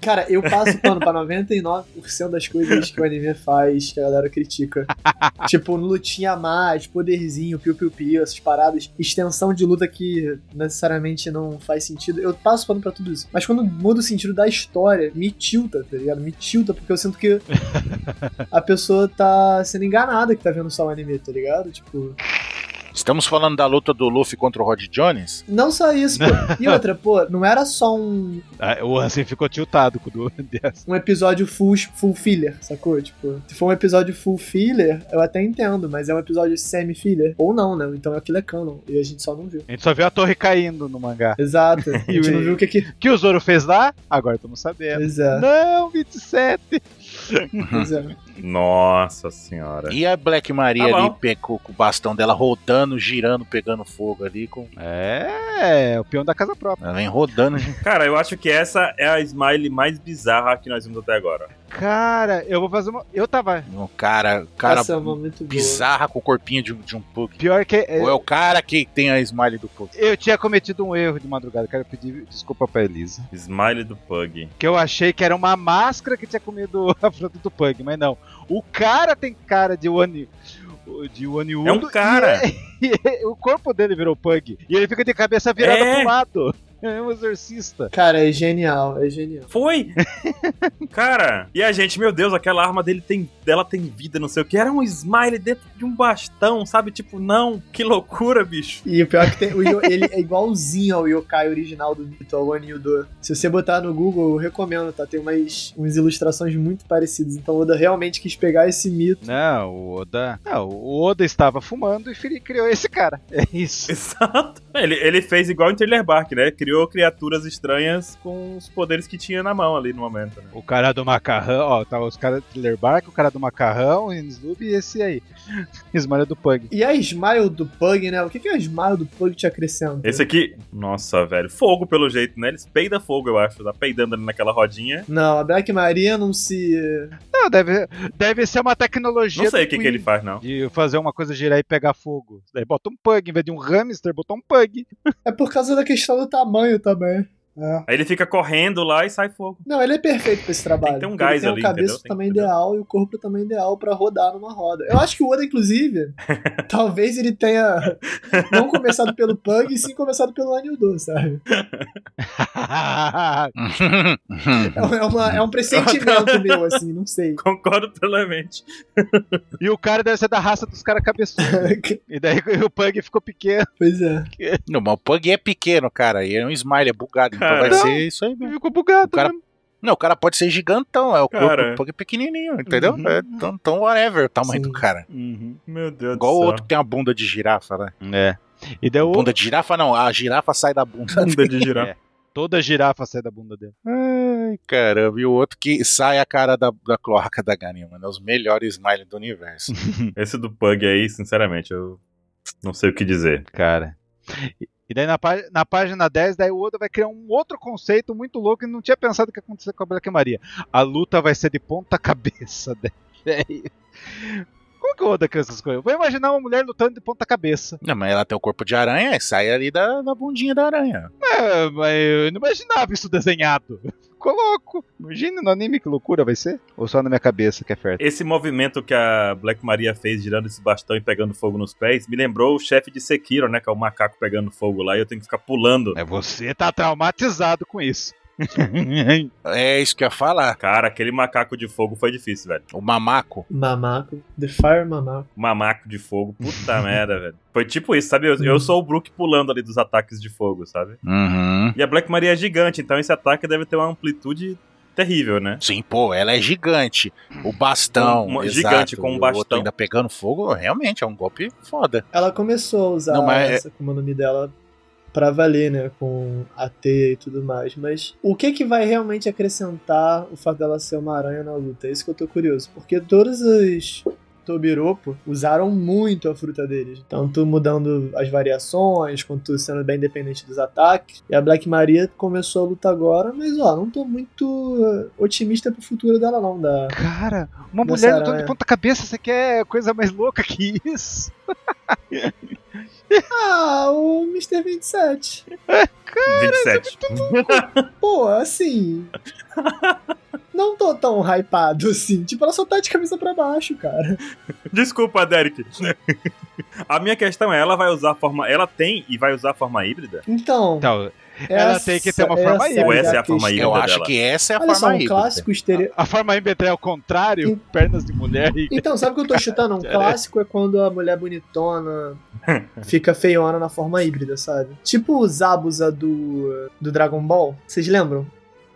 Speaker 4: Cara, eu passo pano pra 99% das coisas que o anime faz, que a galera critica. tipo, lutinha a mais, poderzinho, piu-piu-piu, essas paradas. Extensão de luta que necessariamente não faz sentido. Eu passo pano pra tudo isso. Mas quando muda o sentido da história, me tilta, tá ligado? Me tilta, porque eu sinto que a pessoa tá sendo enganada que tá vendo só o anime, tá ligado? Tipo.
Speaker 1: Estamos falando da luta do Luffy contra o Rod Jones?
Speaker 4: Não só isso, pô. E outra, pô, não era só um,
Speaker 3: Ah, o Ansem ficou tiltado com o do dessa.
Speaker 4: um episódio full, full filler, sacou? Tipo, se for um episódio full filler, eu até entendo, mas é um episódio semi-filler. Ou não, né? Então aquilo é canon, e a gente só não viu.
Speaker 3: A gente só viu a torre caindo no mangá.
Speaker 4: Exato. A gente não viu o que que...
Speaker 3: O que o Zoro fez lá? Agora estamos sabendo.
Speaker 4: Pois é,
Speaker 3: Não, 27.
Speaker 4: pois é.
Speaker 2: Nossa senhora.
Speaker 1: E a Black Maria
Speaker 2: Tá bom.
Speaker 1: ali pecou com o bastão dela rodando, girando, pegando fogo ali. Com...
Speaker 3: É, o peão da casa própria.
Speaker 1: Ela vem rodando.
Speaker 2: Cara, eu acho que essa é a smile mais bizarra que nós vimos até agora.
Speaker 3: Cara, eu vou fazer uma. Eu tava.
Speaker 1: Um cara, cara
Speaker 4: Essa é uma muito boa.
Speaker 1: bizarra com o corpinho de, um- de um Pug.
Speaker 3: Pior que. é,
Speaker 1: Ou é o cara que tem a smile do Pug?
Speaker 3: Eu tinha cometido um erro de madrugada, quero pedir desculpa pra Elisa.
Speaker 2: Smile do Pug.
Speaker 3: Que eu achei que era uma máscara que tinha comido a fruta do Pug, mas não. O cara tem cara de One. De One
Speaker 2: É um cara.
Speaker 3: o corpo dele virou Pug. E ele fica de cabeça virada
Speaker 2: É.
Speaker 3: pro lado. É um exorcista.
Speaker 4: Cara, é genial, é genial.
Speaker 2: Foi! Cara, e a gente, meu Deus, aquela arma dele tem, dela tem vida, não sei o que. Era um smile dentro de um bastão, sabe? Tipo, não, que loucura, bicho.
Speaker 4: E o pior é que tem, o Yo- ele é igualzinho ao yokai original do Mito, ao One Yudo. Se você botar no Google, eu recomendo, tá? Tem umas, umas ilustrações muito parecidas. Então o Oda realmente quis pegar esse mito
Speaker 3: Não, o Oda. Não, o Oda estava fumando e fri- criou esse cara. É isso.
Speaker 2: Exato. Ele, ele fez igual em Thriller Bark, né? Criou criaturas estranhas com os poderes que tinha na mão ali no momento, né?
Speaker 3: O cara do macarrão, ó, tá os caras do Thriller Bark, o cara do macarrão, o Inslub e esse aí. Esmalha do Pug.
Speaker 4: E a smile do Pug, né? O que, que a smile do Pug te acrescenta?
Speaker 2: Esse aqui, nossa, velho. Fogo, pelo jeito, né? Eles peidam fogo, eu acho. Tá peidando ali naquela rodinha.
Speaker 4: Não, a Black Maria não se.
Speaker 3: Não, deve, deve ser uma tecnologia.
Speaker 2: Não sei o
Speaker 3: do
Speaker 2: que, que
Speaker 3: Queen,
Speaker 2: ele faz, não.
Speaker 3: De fazer uma coisa girar e pegar fogo. Daí bota um pug, em vez de um hamster, botou um pug.
Speaker 4: É por causa da questão do tamanho também. É.
Speaker 2: Aí ele fica correndo lá e sai fogo.
Speaker 4: Não, ele é perfeito pra esse trabalho.
Speaker 2: Tem que ter um
Speaker 4: porque ele
Speaker 2: gás
Speaker 4: tem
Speaker 2: ali,
Speaker 4: a cabeça
Speaker 2: entendeu? Tem
Speaker 4: também
Speaker 2: que- um entendeu?
Speaker 4: ideal e o corpo também ideal pra rodar numa roda. Eu acho que o Oda, inclusive, talvez ele tenha não começado pelo Pug e sim começado pelo Anildo, sabe? É, um- é uma- é um pressentimento meu, assim, não sei.
Speaker 2: Concordo plenamente.
Speaker 3: e o cara deve ser da raça dos caras cabeçudos. E daí o pug ficou pequeno
Speaker 4: pois é.
Speaker 1: Não, mas o Pug é pequeno, cara. E é um smile, é bugado.
Speaker 2: Cara.
Speaker 1: então vai ser isso aí mesmo.
Speaker 3: e ficou bugado.
Speaker 1: O cara-
Speaker 3: né?
Speaker 1: Não, o cara pode ser gigantão, é o corpo
Speaker 2: Cara.
Speaker 1: do Pug é pequenininho, entendeu?
Speaker 2: Uhum.
Speaker 1: É, então, então, whatever o tamanho
Speaker 4: Sim.
Speaker 1: do cara. Uhum.
Speaker 2: Meu Deus
Speaker 1: Igual
Speaker 2: do
Speaker 1: o
Speaker 2: céu.
Speaker 1: outro que tem a bunda de girafa, né?
Speaker 3: É. E daí o...
Speaker 1: Bunda de girafa não, a girafa sai da bunda.
Speaker 2: Bunda de girafa.
Speaker 3: É. toda girafa sai da bunda dele.
Speaker 1: Ai, caramba, e o outro que sai a cara da, da cloaca da galinha, mano. É os melhores smiles do universo.
Speaker 2: Esse do Pug aí, sinceramente, eu não sei o que dizer.
Speaker 3: Cara. E- E daí na, pá- na página 10, daí o Oda vai criar um outro conceito muito louco e não tinha pensado que ia acontecer com a Black Maria. A luta vai ser de ponta cabeça. Daí. Como que o Oda cria essas coisas? Eu vou imaginar uma mulher lutando de ponta cabeça.
Speaker 1: Não, mas ela tem o corpo de aranha e sai ali da, da bundinha da aranha.
Speaker 3: É, mas eu não imaginava isso desenhado. Ficou louco. Imagina no anime que loucura vai ser. Ou só na minha cabeça que é fértil.
Speaker 2: Esse movimento que a Black Maria fez, girando esse bastão e pegando fogo nos pés, me lembrou o chefe de Sekiro, né? Que é o macaco pegando fogo lá e eu tenho que ficar pulando.
Speaker 3: É você tá traumatizado com isso.
Speaker 1: É isso que eu ia falar.
Speaker 2: Cara, aquele macaco de fogo foi difícil, velho.
Speaker 1: O mamaco.
Speaker 4: Mamaco. The Fire Mamaco.
Speaker 2: Mamaco de fogo, puta merda, velho. Foi tipo isso, sabe? Eu, eu sou o Brook pulando ali dos ataques de fogo, sabe?
Speaker 1: Uhum.
Speaker 2: E a Black Maria é gigante, então esse ataque deve ter uma amplitude terrível, né?
Speaker 1: Sim, pô, ela é gigante. O bastão.
Speaker 2: Um- um-
Speaker 1: exato,
Speaker 2: gigante com um
Speaker 1: e o
Speaker 2: bastão.
Speaker 1: outro ainda pegando fogo, realmente é um golpe foda.
Speaker 4: Ela começou a usar
Speaker 1: Não, mas é-
Speaker 4: essa como o nome dela pra valer, né? Com a teia e tudo mais. Mas o que que vai realmente acrescentar o fato dela ser uma aranha na luta? É isso que eu tô curioso. Porque todos os Tobiropo usaram muito a fruta deles. Tanto mudando as variações, quanto sendo bem dependente dos ataques. E a Black Maria começou a luta agora, mas ó, não tô muito eh, otimista pro futuro dela, não. Da...
Speaker 3: Cara, uma
Speaker 4: Nossa,
Speaker 3: mulher lutando
Speaker 4: aranha.
Speaker 3: de ponta cabeça, você quer coisa mais louca que isso?
Speaker 4: Ah, o Mr. 27.
Speaker 2: 27.
Speaker 4: Pô, assim. Não tô tão hypado assim. Tipo, ela só tá de camisa pra baixo, cara.
Speaker 2: Desculpa, Derek. a minha questão é, ela vai usar a forma... Ela tem e vai usar a forma híbrida?
Speaker 4: Então.
Speaker 3: Então, ela tem que ter uma forma
Speaker 4: essa
Speaker 2: Ou
Speaker 3: híbrida.
Speaker 4: é
Speaker 2: essa é a
Speaker 4: questão.
Speaker 2: forma híbrida
Speaker 1: eu acho
Speaker 2: dela?
Speaker 1: que essa é a
Speaker 4: Olha só,
Speaker 1: forma
Speaker 4: um
Speaker 1: híbrida.
Speaker 4: clássico estere...
Speaker 3: a forma híbrida é ao contrário, pernas de mulher e
Speaker 4: Então, sabe o que eu tô chutando? Um clássico é quando a mulher bonitona fica feiona na forma híbrida, sabe? Tipo o Zabuza do, do Dragon Ball. Vocês lembram?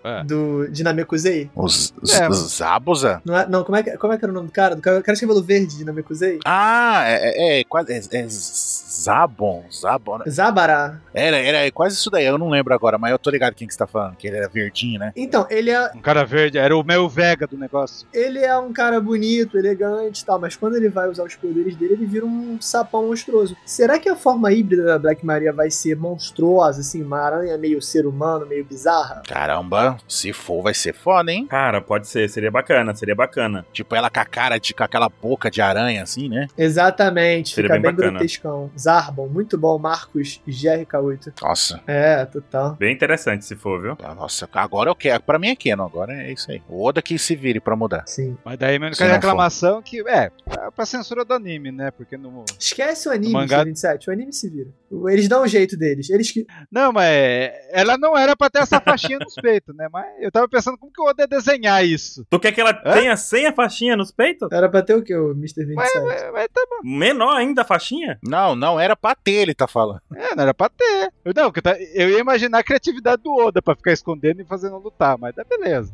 Speaker 3: É.
Speaker 4: Do Dinamekusei?
Speaker 1: Os, os,
Speaker 3: É.
Speaker 1: os Zabuza?
Speaker 4: Não, é- não como, é, que- como é que era o nome do cara? Do cara cara de cabelo verde, Dinamekusei?
Speaker 1: Ah, é, é, é, quase- é, é Zabon, Zabon.
Speaker 3: Ah.
Speaker 4: Zabara.
Speaker 1: Era, era quase isso daí, eu não lembro agora, mas eu tô ligado quem que você tá falando, que ele era verdinho, né?
Speaker 4: Então, ele é,
Speaker 3: um cara verde. Era o meu Vega do negócio.
Speaker 4: ele é um cara bonito, elegante e tal, mas quando ele vai usar os poderes dele, ele vira um sapão monstruoso. Será que a forma híbrida da Black Maria vai ser monstruosa, assim, uma aranha meio ser humano, meio bizarra?
Speaker 1: Caramba, se for vai ser foda, hein?
Speaker 2: Cara, pode ser. Seria bacana, seria bacana.
Speaker 1: Tipo, ela com a cara de, com aquela boca de aranha, assim, né?
Speaker 4: Exatamente,
Speaker 2: Seria
Speaker 4: fica
Speaker 2: bem
Speaker 4: bem,
Speaker 2: bacana.
Speaker 4: grotescão. Zarbon, muito bom, Marcos GRK8.
Speaker 1: Nossa,
Speaker 4: É, total.
Speaker 2: Bem interessante se for, viu?
Speaker 1: Ah, nossa, agora eu quero. Pra mim é Canon, agora é isso aí. O Oda que se vire pra mudar.
Speaker 4: Sim.
Speaker 3: Mas daí menos
Speaker 1: Se
Speaker 3: que a
Speaker 1: não for.
Speaker 3: reclamação que. É, pra- pra censura do anime, né? Porque não.
Speaker 4: Esquece o
Speaker 3: O
Speaker 4: anime,
Speaker 3: mangá-
Speaker 4: 27. O anime se vira. Eles dão o jeito deles. Eles que.
Speaker 3: Não, mas ela não era pra ter essa faixinha nos peitos, né? Mas eu tava pensando como que o Oda ia desenhar isso.
Speaker 2: Tu quer que ela
Speaker 3: Hã?
Speaker 2: tenha sem a faixinha nos peitos?
Speaker 4: Era pra ter o que, o Mr. 27?
Speaker 3: Mas, mas- mas tá-
Speaker 2: Menor ainda a faixinha?
Speaker 1: Não, não era pra ter, ele tá falando.
Speaker 3: é, não era pra ter. Eu, não, que eu, ta- eu ia imaginar a criatividade do Oda pra ficar escondendo e fazendo lutar, mas tá beleza.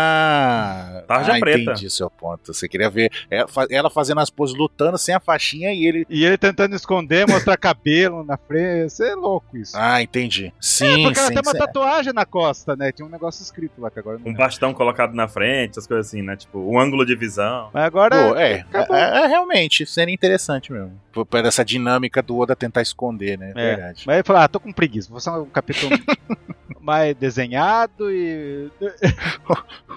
Speaker 1: Ah,
Speaker 2: Tarja
Speaker 1: ah
Speaker 2: preta.
Speaker 1: entendi seu ponto. Você queria ver ela fa- ela fazendo as poses lutando sem a faixinha e ele.
Speaker 3: E ele tentando esconder, mostrar cabelo na frente. Isso é louco isso.
Speaker 1: Ah, entendi. Sim,
Speaker 3: É, Porque ela
Speaker 1: sim.
Speaker 3: tem uma
Speaker 1: sim. Hum.
Speaker 3: tatuagem na costa, né? Tinha um negócio escrito lá que agora eu não
Speaker 2: Um
Speaker 3: lembro.
Speaker 2: bastão colocado na frente, essas coisas assim, né? Tipo, um ângulo de visão.
Speaker 3: Mas agora.
Speaker 1: Pô, é,
Speaker 3: acabou.
Speaker 1: é, é, realmente, seria interessante mesmo. Por, por essa dinâmica do Oda tentar esconder, né?
Speaker 3: É.
Speaker 1: Verdade.
Speaker 3: Mas ele falou, ah, tô com preguiça, vou só um capítulo mais desenhado e.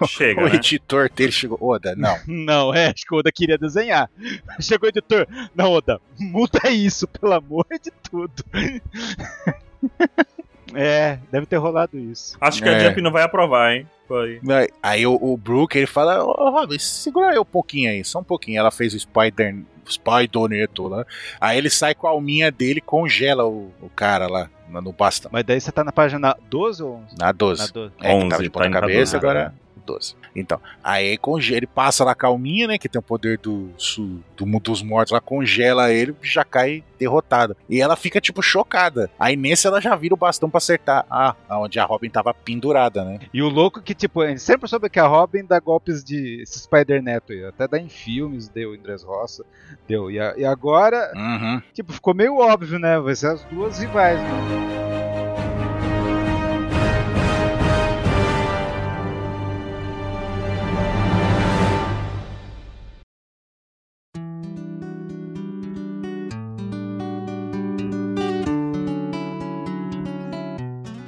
Speaker 2: Chega,
Speaker 1: o
Speaker 2: né?
Speaker 1: editor dele chegou. Oda, não.
Speaker 3: Não, é, acho que o Oda queria desenhar. Chegou o editor. Não, Oda, muda isso, pelo amor de tudo. é, deve ter rolado isso.
Speaker 2: Acho que a
Speaker 1: É.
Speaker 2: Jump não vai aprovar, hein? Foi.
Speaker 1: Aí- Aí o, o Brook ele fala: Ô Robin, segura aí um pouquinho aí, só um pouquinho. Ela fez o Spider Spidoneto lá. Aí ele sai com a alminha dele e congela o, o cara lá no no bastão.
Speaker 3: Mas daí você tá na página 12 ou 11?
Speaker 1: Na 12.
Speaker 3: Na
Speaker 1: É,
Speaker 3: 12.
Speaker 1: que tava
Speaker 2: 11,
Speaker 1: de ponta
Speaker 2: tá indo pra né?
Speaker 1: cabeça,
Speaker 2: 12
Speaker 1: agora 12. Então, aí conge- ele passa lá a calminha, né? Que tem o poder do, su- do mundo dos mortos, ela congela ele e já cai derrotada. E ela fica, tipo, chocada. Aí nesse ela já vira o bastão pra acertar a, onde a Robin tava pendurada, né?
Speaker 3: E o louco que, tipo, ele sempre soube que a Robin dá golpes de esse Spider-Neto aí. Até dá em filmes, deu em Dress Roça, deu. E, a- e
Speaker 2: É.
Speaker 3: agora,
Speaker 1: Uhum.
Speaker 3: tipo, ficou meio óbvio, né? Vai ser as duas rivais, né?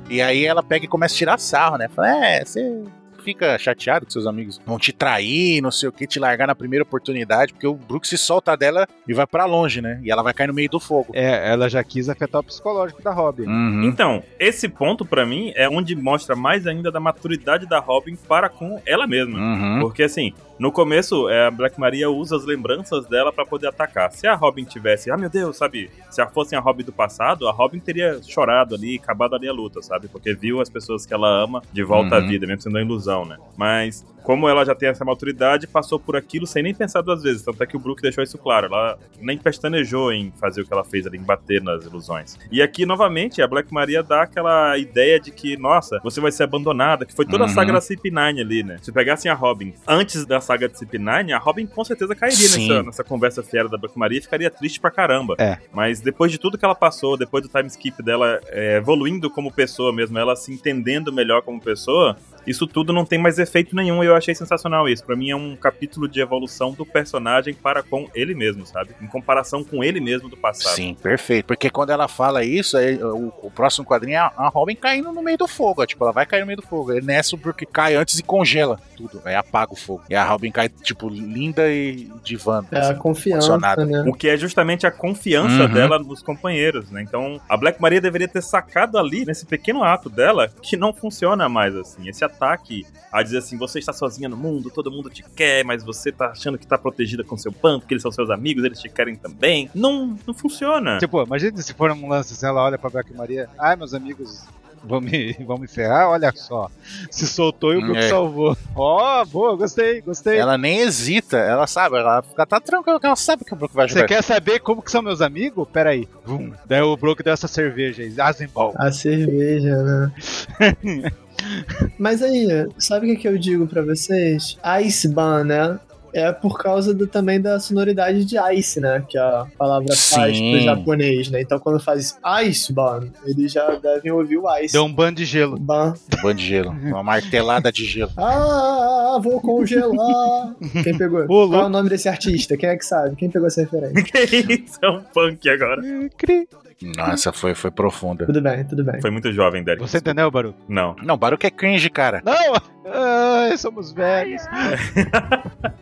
Speaker 1: E aí ela pega e começa a tirar sarro, né? Fala, é, você fica chateado que seus amigos vão te trair, não sei o que, te largar na primeira oportunidade, porque o Brook se solta dela e vai pra longe, né? E ela vai cair no meio do fogo.
Speaker 3: É, ela já quis afetar o psicológico da Robin.
Speaker 1: Uhum.
Speaker 2: Então, esse ponto pra mim é onde mostra mais ainda da maturidade da Robin para com ela mesma.
Speaker 1: Uhum.
Speaker 2: Porque assim, no começo, é, a Black Maria usa as lembranças dela pra poder atacar. Se a Robin tivesse, ah meu Deus, sabe? Se a fosse a Robin do passado, a Robin teria chorado ali, acabado ali a luta, sabe? Porque viu as pessoas que ela ama de volta à
Speaker 1: Uhum.
Speaker 2: vida, mesmo sendo uma ilusão, né? Mas como ela já tem essa maturidade, passou por aquilo sem nem pensar duas vezes. Tanto é que o Brook deixou isso claro. Ela nem pestanejou em fazer o que ela fez ali, em bater nas ilusões. E aqui, novamente, a Black Maria dá aquela ideia de que, nossa, você vai ser abandonada, que foi toda a
Speaker 1: Uhum.
Speaker 2: saga da CP9 ali, né? Se pegassem a Robin antes da saga de CP9, a Robin com certeza cairia
Speaker 1: Sim.
Speaker 2: nessa, nessa conversa fiera da Black Maria e ficaria triste pra caramba.
Speaker 3: É.
Speaker 2: Mas depois de tudo que ela passou, depois do time skip dela é, evoluindo como pessoa mesmo, ela se entendendo melhor como pessoa, isso tudo não tem mais efeito nenhum e eu achei sensacional isso. Pra mim é um capítulo de evolução do personagem para com ele mesmo, sabe? Em comparação com ele mesmo do passado.
Speaker 1: Sim, perfeito. Porque quando ela fala isso, aí, o, o próximo quadrinho é a, a Robin caindo no meio do fogo. ó, tipo, ela vai cair no meio do fogo. Aí Nessa, porque cai antes e congela tudo. Aí apaga o fogo. E a Robin cai, tipo, linda e divã.
Speaker 4: É a
Speaker 1: assim,
Speaker 4: confiança,
Speaker 1: condicionada.
Speaker 4: né?
Speaker 2: O que é justamente a confiança
Speaker 1: Uhum.
Speaker 2: dela nos companheiros, né? Então, a Black Maria deveria ter sacado ali, nesse pequeno ato dela, que não funciona mais, assim. Esse ataque a dizer assim, você está sozinha no mundo, todo mundo te quer, mas você tá achando que tá protegida com seu bando, porque eles são seus amigos, eles te querem também. Não, não funciona.
Speaker 3: Tipo, imagina se for um lance, se ela olha pra Black Maria, ai, meus amigos vão me, vão me ferrar, olha só. Se soltou e o Brook
Speaker 1: É.
Speaker 3: salvou. Ó, boa, gostei, gostei.
Speaker 1: Ela nem hesita, ela sabe, ela fica tá tranquila, que ela sabe que o Brook vai
Speaker 3: Você
Speaker 1: ajudar.
Speaker 3: quer saber como que são meus amigos? Pera aí. Vum. Daí o Brook deu essa cerveja aí, Azenball.
Speaker 4: A cerveja, né? Mas aí, sabe o que, que eu digo pra vocês? Ice Ban, né? É por causa do- também da sonoridade de ice, né? Que a palavra faz
Speaker 1: Sim.
Speaker 4: pro japonês, né? Então quando faz ice ban, eles já devem ouvir o ice.
Speaker 3: Deu um ban de gelo.
Speaker 4: Ban.
Speaker 1: Bando de gelo, uma martelada de gelo.
Speaker 4: Ah, vou congelar. Quem pegou?
Speaker 3: Ô,
Speaker 4: Qual é
Speaker 3: louco.
Speaker 4: o nome desse artista? Quem é que sabe? Quem pegou essa referência?
Speaker 2: que isso é um punk agora.
Speaker 3: Cri.
Speaker 1: Nossa, foi, foi profunda.
Speaker 4: tudo bem, tudo bem.
Speaker 2: Foi muito jovem, Derek.
Speaker 3: Você entendeu, Baru?
Speaker 2: Não.
Speaker 1: Não, Baruch é cringe, cara.
Speaker 3: Não! Ai, somos velhos.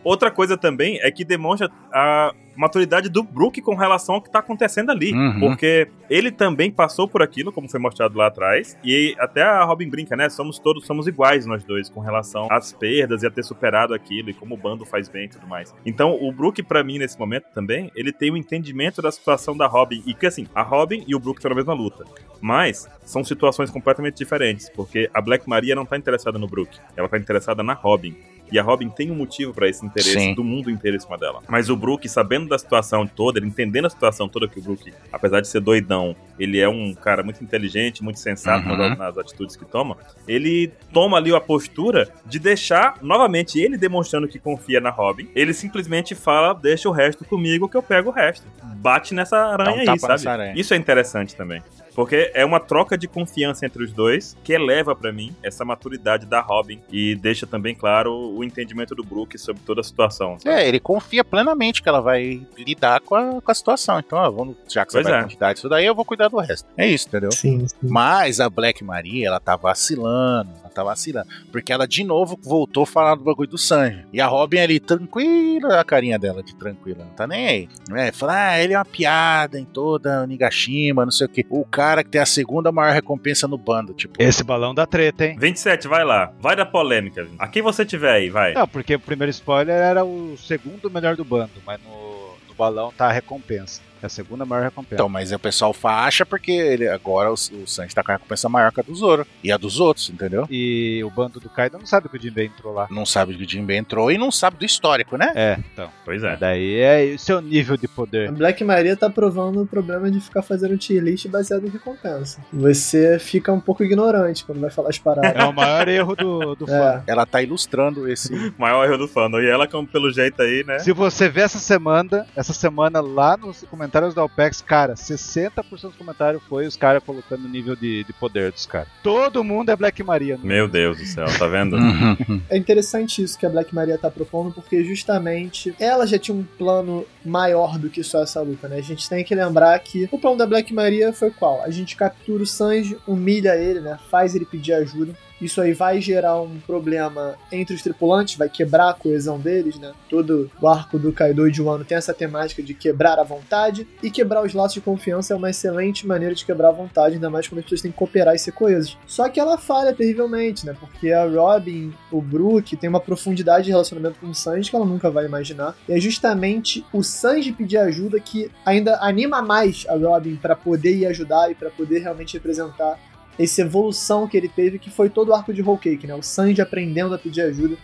Speaker 2: Outra coisa também é que demonstra a maturidade do Brook com relação ao que tá acontecendo ali.
Speaker 1: Uhum.
Speaker 2: Porque ele também passou por aquilo, como foi mostrado lá atrás. E até a Robin brinca, né? Somos todos, somos iguais nós dois com relação às perdas e a ter superado aquilo e como o bando faz bem e tudo mais. Então, o Brook, pra mim, nesse momento também, ele tem o entendimento da situação da Robin. E que assim, a Robin e o Brook estão na mesma luta. Mas são situações completamente diferentes, porque a Black Maria não tá interessada no Brook, ela tá interessada na Robin. E a Robin tem um motivo pra esse interesse
Speaker 1: Sim.
Speaker 2: do mundo inteiro em cima dela. Mas o Brook, sabendo da situação toda, ele entendendo a situação toda que o Brook, apesar de ser doidão, ele é um cara muito inteligente, muito sensato
Speaker 1: Uhum.
Speaker 2: nas, nas atitudes que toma, ele toma ali a postura de deixar, novamente, ele demonstrando que confia na Robin, ele simplesmente fala, deixa o resto comigo que eu pego o resto. Bate nessa
Speaker 1: um
Speaker 2: aranha aí,
Speaker 1: tapa
Speaker 2: sabe?
Speaker 1: nessa aranha.
Speaker 2: Isso é interessante também. Porque é uma troca de confiança entre os dois que eleva pra mim essa maturidade da Robin e deixa também claro o entendimento do Brook sobre toda a situação. sabe?
Speaker 1: É, ele confia plenamente que ela vai lidar com a, com a situação. Então, ó, vamos, já que você
Speaker 2: Pois
Speaker 1: vai
Speaker 2: é.
Speaker 1: cuidar disso daí, eu vou cuidar do resto. É isso, entendeu?
Speaker 4: Sim, sim.
Speaker 1: Mas a Black Maria, ela tá vacilando, ela tá vacilando. Porque ela de novo voltou a falar do bagulho do Sanji. E a Robin ali, tranquila, a carinha dela de tranquila, não tá nem aí. Né? Fala, ah, ele é uma piada em toda Onigashima, não sei o quê. O cara que tem a segunda maior recompensa no bando, tipo.
Speaker 3: Esse balão da treta, hein?
Speaker 2: 27, vai lá. Vai da polêmica. Vini. A quem você tiver aí, vai.
Speaker 3: Não, porque o primeiro spoiler era o segundo melhor do bando, mas no, no balão tá a recompensa. É a segunda maior recompensa.
Speaker 1: Então, mas o pessoal faixa porque ele, agora o, o Sanji tá com a recompensa maior que a do Zoro. E a dos outros, entendeu?
Speaker 3: E o bando do Kaido não sabe que o Jinbei entrou lá.
Speaker 1: Não sabe que o Jinbei entrou e não sabe do histórico, né?
Speaker 3: É, então.
Speaker 2: Pois é.
Speaker 3: Daí é o seu nível de
Speaker 4: A
Speaker 3: poder.
Speaker 4: Black Maria tá provando o problema de ficar fazendo tier list baseado em recompensa. Você fica um pouco ignorante quando vai falar as paradas.
Speaker 3: É o maior erro do, do fã.
Speaker 4: É.
Speaker 1: Ela tá ilustrando esse.
Speaker 2: Maior erro do fandom. E ela, como pelo jeito aí, né?
Speaker 3: Se você vê essa semana, essa semana lá nos comentários da OPEX, cara, 60% dos comentários foi os caras colocando o nível de, de poder dos caras. Todo mundo é Black Maria. né?
Speaker 2: Meu Deus do céu, tá vendo?
Speaker 1: Uhum.
Speaker 4: É interessante isso que a Black Maria tá propondo, porque justamente ela já tinha um plano maior do que só essa luta, né? A gente tem que lembrar que o plano da Black Maria foi qual? A gente captura o Sanji, humilha ele, né? Faz ele pedir ajuda. Isso aí vai gerar um problema entre os tripulantes, vai quebrar a coesão deles, né? Todo o arco do Kaido e de Wano tem essa temática de quebrar a vontade, e quebrar os laços de confiança é uma excelente maneira de quebrar a vontade, ainda mais quando as pessoas têm que cooperar e ser coesas. Só que ela falha terrivelmente, né? Porque a Robin, o Brook, tem uma profundidade de relacionamento com o Sanji que ela nunca vai imaginar. E é justamente o Sanji pedir ajuda que ainda anima mais a Robin pra poder ir ajudar e pra poder realmente representar essa evolução que ele teve, que foi todo o arco de Whole Cake, né? O Sanji aprendendo a pedir ajuda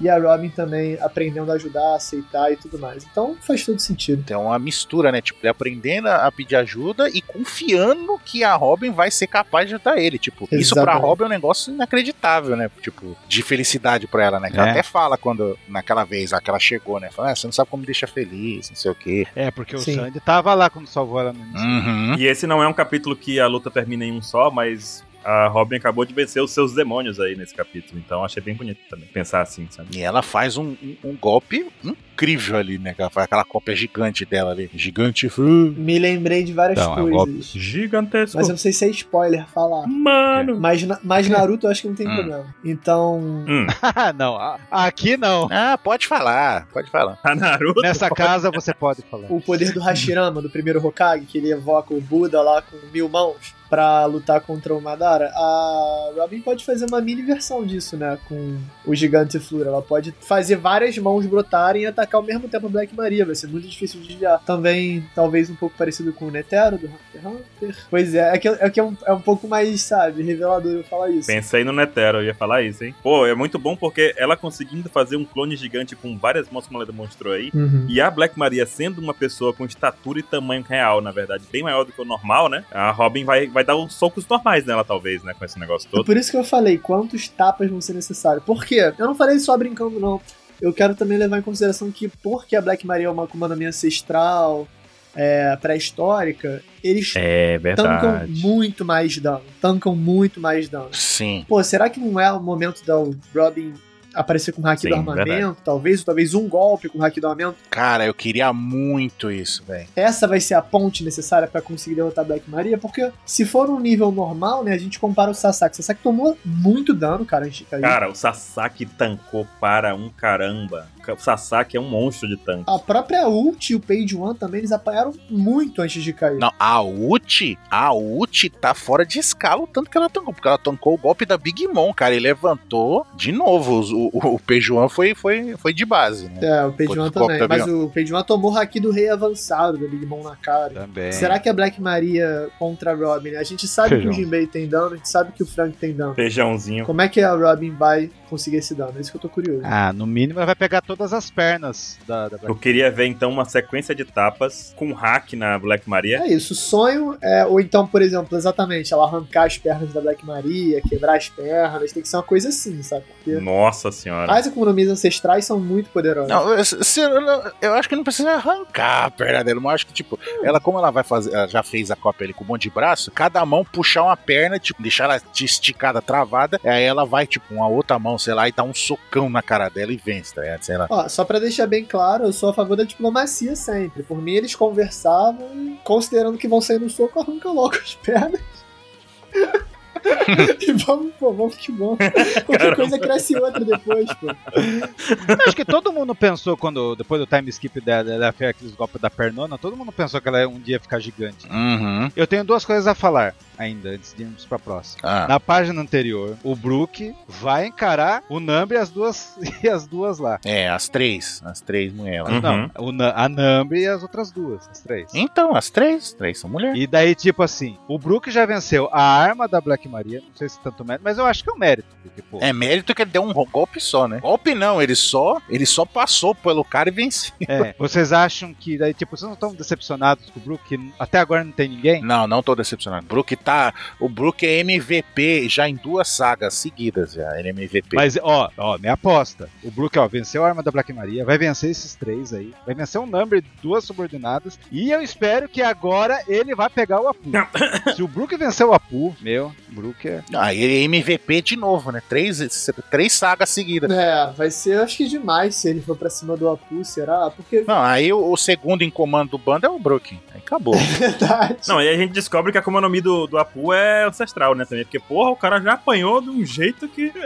Speaker 4: e a Robin também aprendendo a ajudar, a aceitar e tudo mais. Então faz todo sentido.
Speaker 1: Então é uma mistura, né? Tipo, ele aprendendo a pedir ajuda e confiando que a Robin vai ser capaz de ajudar ele. Tipo, isso pra
Speaker 4: Exatamente.
Speaker 1: Robin é um negócio inacreditável, né? Tipo, de felicidade pra ela, né? Que ela
Speaker 3: É.
Speaker 1: até fala quando, naquela vez lá que ela chegou, né? Fala, ah, você não sabe como me deixa feliz, não sei o quê.
Speaker 3: É, porque
Speaker 4: Sim.
Speaker 3: o Sandy tava lá quando salvou ela no início.
Speaker 1: Uhum.
Speaker 2: E esse não é um capítulo que a luta termina em um só, mas a Robin acabou de vencer os seus demônios aí nesse capítulo. Então achei bem bonito também pensar assim, sabe?
Speaker 1: E ela faz um, um- um golpe incrível ali, né? que ela faz Aquela cópia gigante dela ali. Gigante. uh.
Speaker 4: Me lembrei de várias
Speaker 3: Então, é um
Speaker 4: coisas.
Speaker 2: Gigantesco.
Speaker 4: mas eu não sei se é spoiler falar.
Speaker 2: Mano!
Speaker 4: Mas, na- mas Naruto eu acho que não tem
Speaker 1: Hum.
Speaker 4: problema. Então,
Speaker 2: Hum,
Speaker 3: Ah, não, a- aqui não.
Speaker 1: Ah, pode falar, pode falar.
Speaker 2: a Naruto.
Speaker 3: Nessa casa você pode falar.
Speaker 4: o poder do Hashirama, do primeiro Hokage, que ele evoca o Buda lá com mil mãos pra lutar contra o Madara, a Robin pode fazer uma mini versão disso, né? Com o gigante Flura. Ela pode fazer várias mãos brotarem e atacar ao mesmo tempo a Black Maria. Vai ser muito difícil de desviar. Também, talvez, um pouco parecido com o Netero, do Hunter x Hunter. Pois é, é que, é, que é, um, é um pouco mais, sabe, revelador eu falar isso.
Speaker 2: Pensei no Netero, eu ia falar isso, hein? Pô, é muito bom porque ela conseguindo fazer um clone gigante com várias mãos como ela demonstrou aí.
Speaker 4: Uhum.
Speaker 2: E a Black Maria sendo uma pessoa com estatura e tamanho real, na verdade, bem maior do que o normal, né? A Robin vai, vai dar uns socos normais nela, talvez, né? Com esse negócio
Speaker 4: É
Speaker 2: todo.
Speaker 4: Por isso que eu falei quantos tapas vão ser necessários. Por quê? Eu não falei só brincando, não. Eu quero também levar em consideração que, porque a Black Maria é uma Kumanami ancestral, é, pré-histórica, eles
Speaker 2: É
Speaker 4: tancam muito mais dano. Tancam muito mais dano.
Speaker 1: Sim.
Speaker 4: Pô, será que não é o momento da Robin aparecer com o hack
Speaker 2: Sim, é
Speaker 4: do armamento?
Speaker 2: verdade.
Speaker 4: Talvez, ou talvez um golpe com o hack do armamento?
Speaker 1: Cara, eu queria muito isso, velho.
Speaker 4: essa vai ser a ponte necessária pra conseguir derrotar a Black Maria, porque se for um nível normal, né, a gente compara o Sasaki. O Sasaki tomou muito dano, cara, a gente caiu.
Speaker 2: Cara, o Sasaki tancou para um caramba. O Sasaki é um monstro de tanque.
Speaker 4: A própria ult e o Page One também, eles apanharam muito antes de cair.
Speaker 1: Não, a Uchi, a Uchi tá fora de escala o tanto que ela tancou, porque ela tancou o golpe da Big Mom, cara, e levantou de novo. os- O, o, o Pejuan foi, foi, foi de base, né?
Speaker 4: É, o Page
Speaker 1: Foi
Speaker 4: One
Speaker 1: de golpe
Speaker 4: também.
Speaker 1: também,
Speaker 4: Mas o Page One tomou o haki do rei avançado, da Big Mom na cara.
Speaker 3: Também.
Speaker 4: Será que a Black Maria contra a Robin? né? A gente sabe
Speaker 3: Feijão.
Speaker 4: que o Jinbei tem dano, a gente sabe que o Frank tem dano.
Speaker 2: Feijãozinho.
Speaker 4: Como é que a Robin vai conseguir esse dano? É isso que eu tô curioso.
Speaker 3: Ah, no mínimo ela vai pegar todas as pernas da, da
Speaker 2: Eu queria ver então uma sequência de tapas com hack na Black Maria.
Speaker 4: É isso, o sonho é, ou então, por exemplo, exatamente, ela arrancar as pernas da Black Maria, quebrar as pernas, tem que ser uma coisa assim, sabe? Porque
Speaker 2: Nossa senhora.
Speaker 4: as economias ancestrais são muito poderosas.
Speaker 1: Não, eu, se- eu não- eu acho que não precisa arrancar a perna dela, mas eu acho que, tipo, ela, como ela vai fazer, ela já fez a cópia ali com um monte de braço, cada mão puxar uma perna, tipo, deixar ela de esticada, travada, aí ela vai, tipo, com a outra mão, sei lá, e dá um socão na cara dela e vence, tá ligado? Sei lá.
Speaker 4: Ó, só pra deixar bem claro, eu sou a favor da diplomacia sempre. Por mim, eles conversavam e, considerando que vão sair no soco, arranca logo as pernas. e vamos, pô, vamos que vamos. Qualquer coisa cresce outra depois, pô.
Speaker 3: Acho que todo mundo pensou quando, depois do time skip dela, ela fez aqueles golpes da pernona, todo mundo pensou que ela ia um dia ficar gigante.
Speaker 1: Uhum.
Speaker 3: Eu tenho duas coisas a falar ainda, antes de irmos pra próxima.
Speaker 1: Ah.
Speaker 3: Na página anterior, o Brook vai encarar o Nambi e as duas, e as duas lá.
Speaker 1: É, as três. As três mulheres.
Speaker 2: Hum.
Speaker 3: Não, o Na- a Nambi e as outras duas, as três.
Speaker 1: Então, as três. Três são mulheres.
Speaker 3: E daí, tipo assim, o Brook já venceu a arma da Black Maria, não sei se tanto mérito, mas eu acho que é um mérito. Porque, pô,
Speaker 1: É mérito que ele deu um ro- golpe só, né? Golpe não, ele só, ele só passou pelo cara e venceu.
Speaker 3: é, vocês acham que, daí, tipo, vocês não estão decepcionados com o Brook, que até agora não tem ninguém?
Speaker 1: Não, não tô decepcionado. Brook tá, o Brook é MVP já em duas sagas seguidas já, ele é MVP.
Speaker 3: Mas, ó, ó, minha aposta. O Brook, ó, venceu a arma da Black Maria, vai vencer esses três aí. Vai vencer um number e duas subordinadas. E eu espero que agora ele vá pegar o Apu. Se o Brook vencer o Apu, meu, Brook é.
Speaker 1: Ah, ele é MVP de novo, né? Três, três sagas seguidas.
Speaker 4: É, vai ser, acho que demais se ele for pra cima do Apu, será? Porque. é
Speaker 1: Não, aí o, o segundo em comando do bando é o Brook. Aí acabou.
Speaker 4: Verdade.
Speaker 2: Não, e aí a gente descobre que a Akuma no Mi do, do Apu é ancestral, né, também. Porque, porra, o cara já apanhou de um jeito que...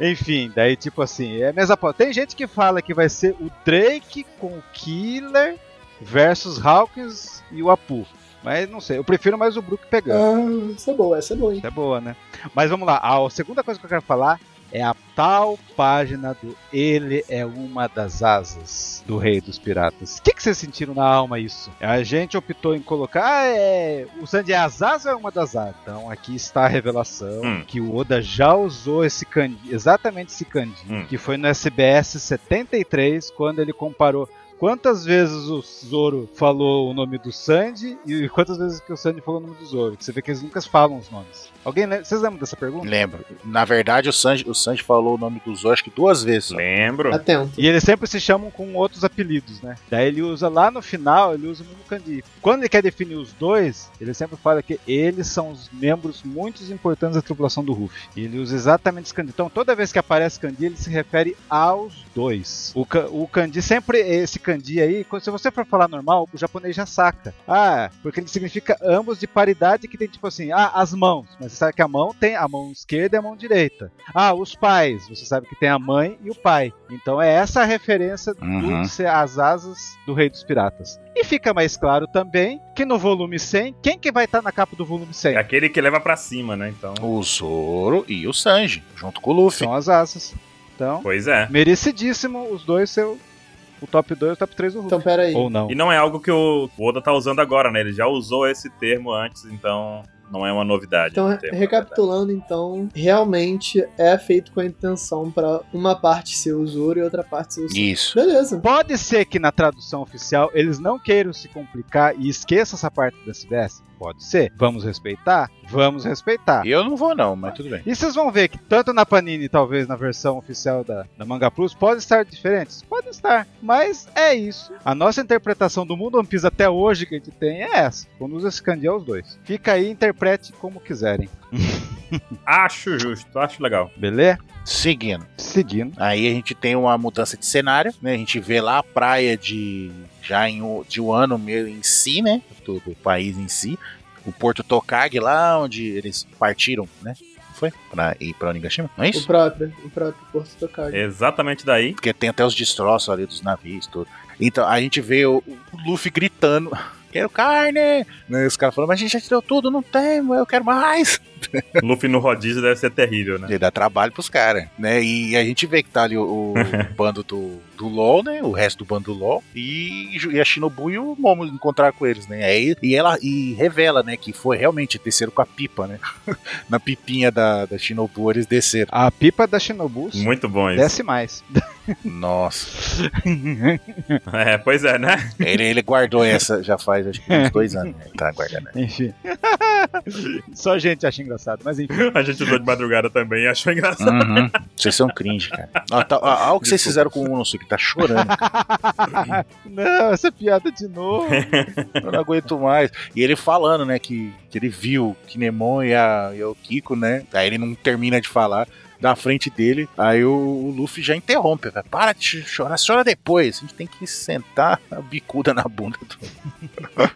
Speaker 3: Enfim, daí tipo assim, é a mesma po- Tem gente que fala que vai ser o Drake com o Killer versus Hawkins e o Apu. Mas não sei, eu prefiro mais o Brook pegando.
Speaker 4: Ah, essa é boa, essa é boa, hein?
Speaker 3: É boa, né? Mas vamos lá, a segunda coisa que eu quero falar é a tal página do Ele é uma das asas do Rei dos Piratas. O que, que vocês sentiram na alma isso? A gente optou em colocar, ah, é, o Sandy é as asas ou é uma das asas? Então aqui está a revelação
Speaker 2: Hum.
Speaker 3: que o Oda já usou esse kanji, exatamente esse kanji,
Speaker 2: Hum.
Speaker 3: que foi no SBS 73, quando ele comparou Quantas vezes o Zoro falou o nome do Sandy e quantas vezes que o Sandy falou o nome do Zoro? Que você vê que eles nunca falam os nomes. Alguém lembra? Vocês lembram dessa pergunta?
Speaker 1: Lembro. Na verdade, o Sanji, o Sanji falou o nome do Zoro acho que duas vezes. só.
Speaker 2: Lembro.
Speaker 4: Atento.
Speaker 3: E eles sempre se chamam com outros apelidos, né? Daí ele usa lá no final, ele usa o mesmo kanji. Quando ele quer definir os dois, ele sempre fala que eles são os membros muito importantes da tripulação do Ruff. E ele usa exatamente esse kanji. Então toda vez que aparece kanji, ele se refere aos dois. O, ka- o kanji sempre, esse kanji aí, quando- se você for falar normal, o japonês já saca. Ah, porque ele significa ambos de paridade que tem tipo assim, ah, as mãos. Mas você sabe que a mão tem a mão esquerda e a mão direita. Ah, os pais. Você sabe que tem a mãe e o pai. Então é essa a referência
Speaker 1: Uhum.
Speaker 3: do ser as asas do Rei dos Piratas. E fica mais claro também que no volume 100, quem que vai estar na capa do volume
Speaker 2: É
Speaker 3: 100?
Speaker 2: aquele que leva pra cima, né, então...
Speaker 1: O Zoro e o Sanji, junto com o Luffy.
Speaker 3: São as asas. Então,
Speaker 2: Pois é.
Speaker 3: merecidíssimo os dois ser o o top 2 e o top 3 do Hulk.
Speaker 4: Então, pera aí.
Speaker 3: Ou não.
Speaker 2: E não é algo que o Oda tá usando agora, né? Ele já usou esse termo antes, então não é uma novidade.
Speaker 4: Então,
Speaker 2: esse termo, na
Speaker 4: recapitulando, então, realmente é feito com a intenção pra uma parte ser o Zoro e outra parte ser o Sanji.
Speaker 1: Isso.
Speaker 4: Beleza.
Speaker 3: Pode ser que na tradução oficial eles não queiram se complicar e esqueçam essa parte do SBS? Pode ser. Vamos respeitar? Vamos respeitar.
Speaker 1: Eu não vou, não, mas tudo bem.
Speaker 3: E vocês vão ver que tanto na Panini, talvez na versão oficial da, da Manga Plus, pode estar diferentes? Pode estar. Mas é isso. A nossa interpretação do mundo One Piece até hoje que a gente tem é essa. Quando usa esse candeal os dois. Fica aí, interprete como quiserem.
Speaker 2: verdade. Acho justo, acho legal.
Speaker 3: Beleza?
Speaker 1: Seguindo.
Speaker 3: Seguindo.
Speaker 1: Aí a gente tem uma mudança de cenário, né? A gente vê lá a praia de já em o- de um ano meio em si, né? Do, do país em si. O Porto Tokag lá onde eles partiram, né? Não Foi? Pra ir pra Onigashima, não é
Speaker 4: O
Speaker 1: isso? É.
Speaker 4: próprio, o próprio Porto Tokage.
Speaker 2: Exatamente daí.
Speaker 1: Porque tem até os destroços ali dos navios, tudo. Então a gente vê o, o Luffy gritando: Quero carne! Né? Os caras falam, mas a gente já tirou tudo, não tem, eu quero mais!
Speaker 2: Luffy no rodízio deve ser terrível, né?
Speaker 1: Ele dá trabalho pros caras, né? E a gente vê que tá ali o, o bando do, do LOL, né? O resto do bando do LOL. E, e a Shinobu e o Momo encontrar com eles, né? Aí, e ela e revela, né? Que foi realmente desceram com a pipa, né? Na pipinha da, da Shinobu eles desceram.
Speaker 3: A pipa da Shinobus
Speaker 2: Muito bom isso.
Speaker 3: desce mais.
Speaker 1: Nossa.
Speaker 2: É, pois é, né?
Speaker 1: Ele, ele guardou essa já faz acho que uns dois anos. Né? Ele Tá guardando. ela.
Speaker 3: enfim. Só a gente acha engraçado, mas enfim.
Speaker 2: A gente usou de madrugada também e achou engraçado.
Speaker 1: Uhum. Vocês são cringe, cara. Ó, tá, ó, ó o que vocês fizeram
Speaker 2: Desculpa.
Speaker 1: com o Unosuke, tá chorando.
Speaker 3: Não, essa é piada de novo.
Speaker 1: Eu não aguento mais. E ele falando, né, que, que ele viu o Kinemon e, a, e o Kiko, né? Aí ele não termina de falar na frente dele. Aí o, o Luffy já interrompe. Fala, Para de ch- chorar, chora depois. A gente tem que sentar a bicuda na bunda do,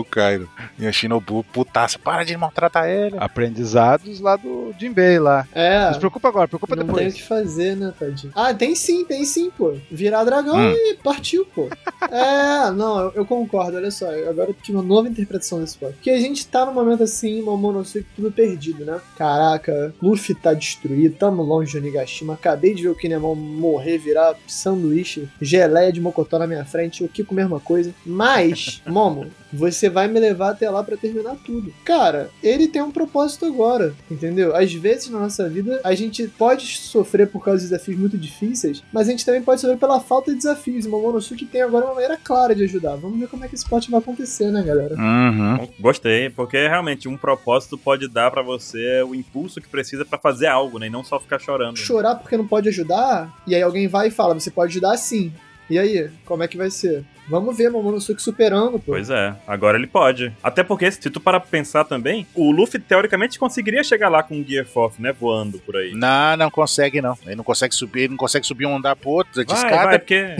Speaker 1: do Kaido. E a Shinobu, putaça, para de maltratar ele.
Speaker 3: Aprendizados lá do Jinbei lá.
Speaker 4: É.
Speaker 3: Não se preocupa agora, preocupa
Speaker 4: Não tem o
Speaker 3: depois.
Speaker 4: que fazer, né, tadinho? Ah, tem sim, tem sim, pô. Virar dragão
Speaker 1: Hum.
Speaker 4: e partiu, pô. É, não, eu, eu concordo, olha só. eu- Agora eu tive uma nova interpretação desse plot. Porque a gente tá num momento assim, Momonosuke, tudo perdido, né? Caraca, Luffy tá destruído, tamo longe de Onigashima. Acabei de ver o Kinemon morrer, virar sanduíche, geleia de mocotó na minha frente, o Kiko mesma coisa. Mas, Momo, você vai me levar até lá pra terminar tudo. Cara, ele tem um propósito agora, entendeu? Às vezes na nossa vida a gente pode sofrer por causa de desafios muito difíceis, mas a gente também pode sofrer pela falta de desafios. E Momonosuke tem agora uma maneira clara de ajudar. Vamos ver como é que esse plot vai acontecer, né, galera?
Speaker 1: Uhum.
Speaker 2: Bom, Gostei, porque realmente um propósito pode dar pra você o impulso que precisa pra fazer algo, né? E não só ficar chorando.
Speaker 4: Chorar porque não pode ajudar, e aí alguém vai e fala: Você pode ajudar sim. E aí, como é que vai ser? Vamos ver Momonosuke superando, pô.
Speaker 2: Pois é, agora ele pode. Até porque, se tu parar pra pensar também, o Luffy teoricamente conseguiria chegar lá com o Gear 4, né? Voando por aí.
Speaker 1: Não, não consegue, não. Ele não consegue subir, ele não consegue subir um andar pro outro, de
Speaker 2: Vai,
Speaker 1: escada.
Speaker 2: vai, porque.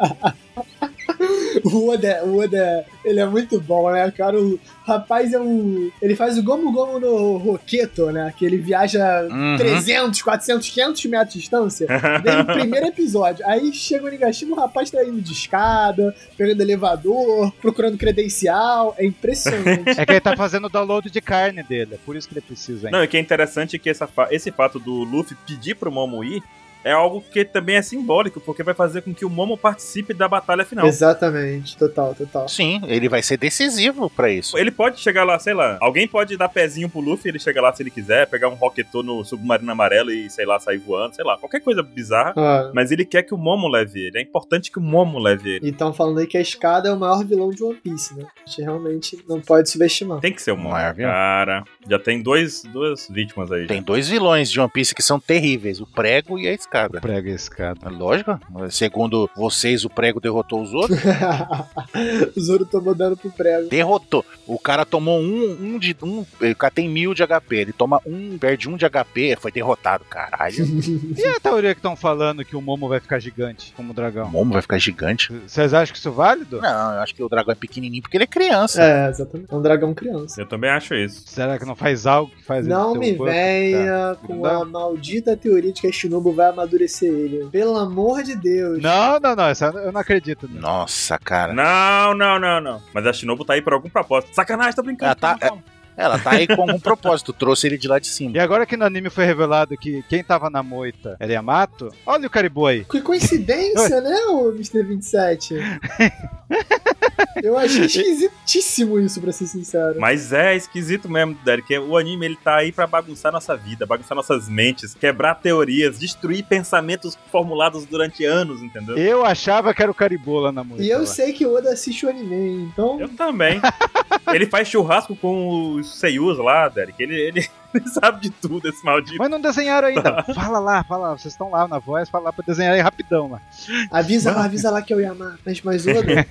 Speaker 4: o Oda, o Oda, ele é muito bom, né, cara? O rapaz é um... Ele faz o Gomu Gomu no Roqueto, né? Que ele viaja
Speaker 1: Uhum.
Speaker 4: 300, 400, 500 metros de distância. Desde o primeiro episódio. Aí chega o Nigashima, o rapaz tá indo de escada, pegando elevador, procurando credencial. É impressionante.
Speaker 3: É que ele tá fazendo o download de carne dele, é por isso que ele precisa ainda.
Speaker 2: Não, e que é interessante que essa fa- esse fato do Luffy pedir pro Momo ir é algo que também é simbólico, porque vai fazer com que o Momo participe da batalha final.
Speaker 4: Exatamente, total, total.
Speaker 1: Sim, ele vai ser decisivo pra isso.
Speaker 2: Tipo, Ele pode chegar lá, sei lá, alguém pode dar pezinho pro Luffy, ele chega lá se ele quiser, pegar um roquetô no submarino amarelo e, sei lá, sair voando, sei lá, qualquer coisa bizarra.
Speaker 4: Ah,
Speaker 2: Mas ele quer que o Momo leve ele. É importante que o Momo leve ele.
Speaker 4: e tão então, falando aí que a escada é o maior vilão de One Piece, né? A gente realmente não pode subestimar.
Speaker 2: Tem que ser o Momo.
Speaker 1: Maravilha.
Speaker 2: Cara, já tem dois, duas vítimas aí.
Speaker 1: Tem dois vilões de One Piece que são terríveis: o prego e a escada.
Speaker 3: Prega esse cara.
Speaker 1: Lógico, segundo vocês, o prego derrotou os outros.
Speaker 4: o Zoro tomou dano pro prego.
Speaker 1: derrotou. O cara tomou um, um de um. O cara tem mil de HP. Ele toma um, perde um de HP, foi derrotado, caralho.
Speaker 3: E a teoria que estão falando que o Momo vai ficar gigante como
Speaker 1: O
Speaker 3: dragão?
Speaker 1: Momo vai ficar gigante.
Speaker 3: Vocês acham que isso é válido?
Speaker 1: Não, eu acho que o dragão é pequenininho porque ele é criança.
Speaker 4: É, exatamente. É um dragão criança.
Speaker 2: Eu também acho isso.
Speaker 3: Será que não faz algo que faz ele
Speaker 4: Não
Speaker 3: ter um Tá.
Speaker 4: me
Speaker 3: buff, cara?
Speaker 4: venha com a maldita teoria de que a Shinobu vai amadurecer ele. Pelo amor de Deus.
Speaker 3: Não, não, não, essa eu não acredito. Não.
Speaker 1: Nossa, cara.
Speaker 2: Não, não, não, não. Mas a Shinobu tá aí por algum propósito. Sacanagem, tô brincando.
Speaker 1: Ela tá-
Speaker 2: calma, calma.
Speaker 1: Ela tá aí com algum propósito. Trouxe ele de lá de cima.
Speaker 3: E agora que no anime foi revelado que quem tava na moita era Yamato, olha o Caribou aí.
Speaker 4: Que coincidência, né, o Mr. 27? Eu achei esquisitíssimo isso, pra ser sincero.
Speaker 2: Mas é esquisito mesmo, Derek. O anime ele tá aí pra bagunçar nossa vida, bagunçar nossas mentes, quebrar teorias, destruir pensamentos formulados durante anos, entendeu?
Speaker 3: Eu achava que era o Caribou lá na moita.
Speaker 4: E eu
Speaker 3: lá.
Speaker 4: sei que o Oda assiste o anime, então.
Speaker 2: Eu também. ele faz churrasco com os Seiyus lá, Derek. Ele, ele, ele sabe de tudo, esse maldito.
Speaker 3: Mas não desenharam ainda. fala lá, fala lá. Vocês estão lá na voz, fala lá pra desenhar aí rapidão lá.
Speaker 4: Avisa, avisa lá que eu ia amar. Mas, mas Oda,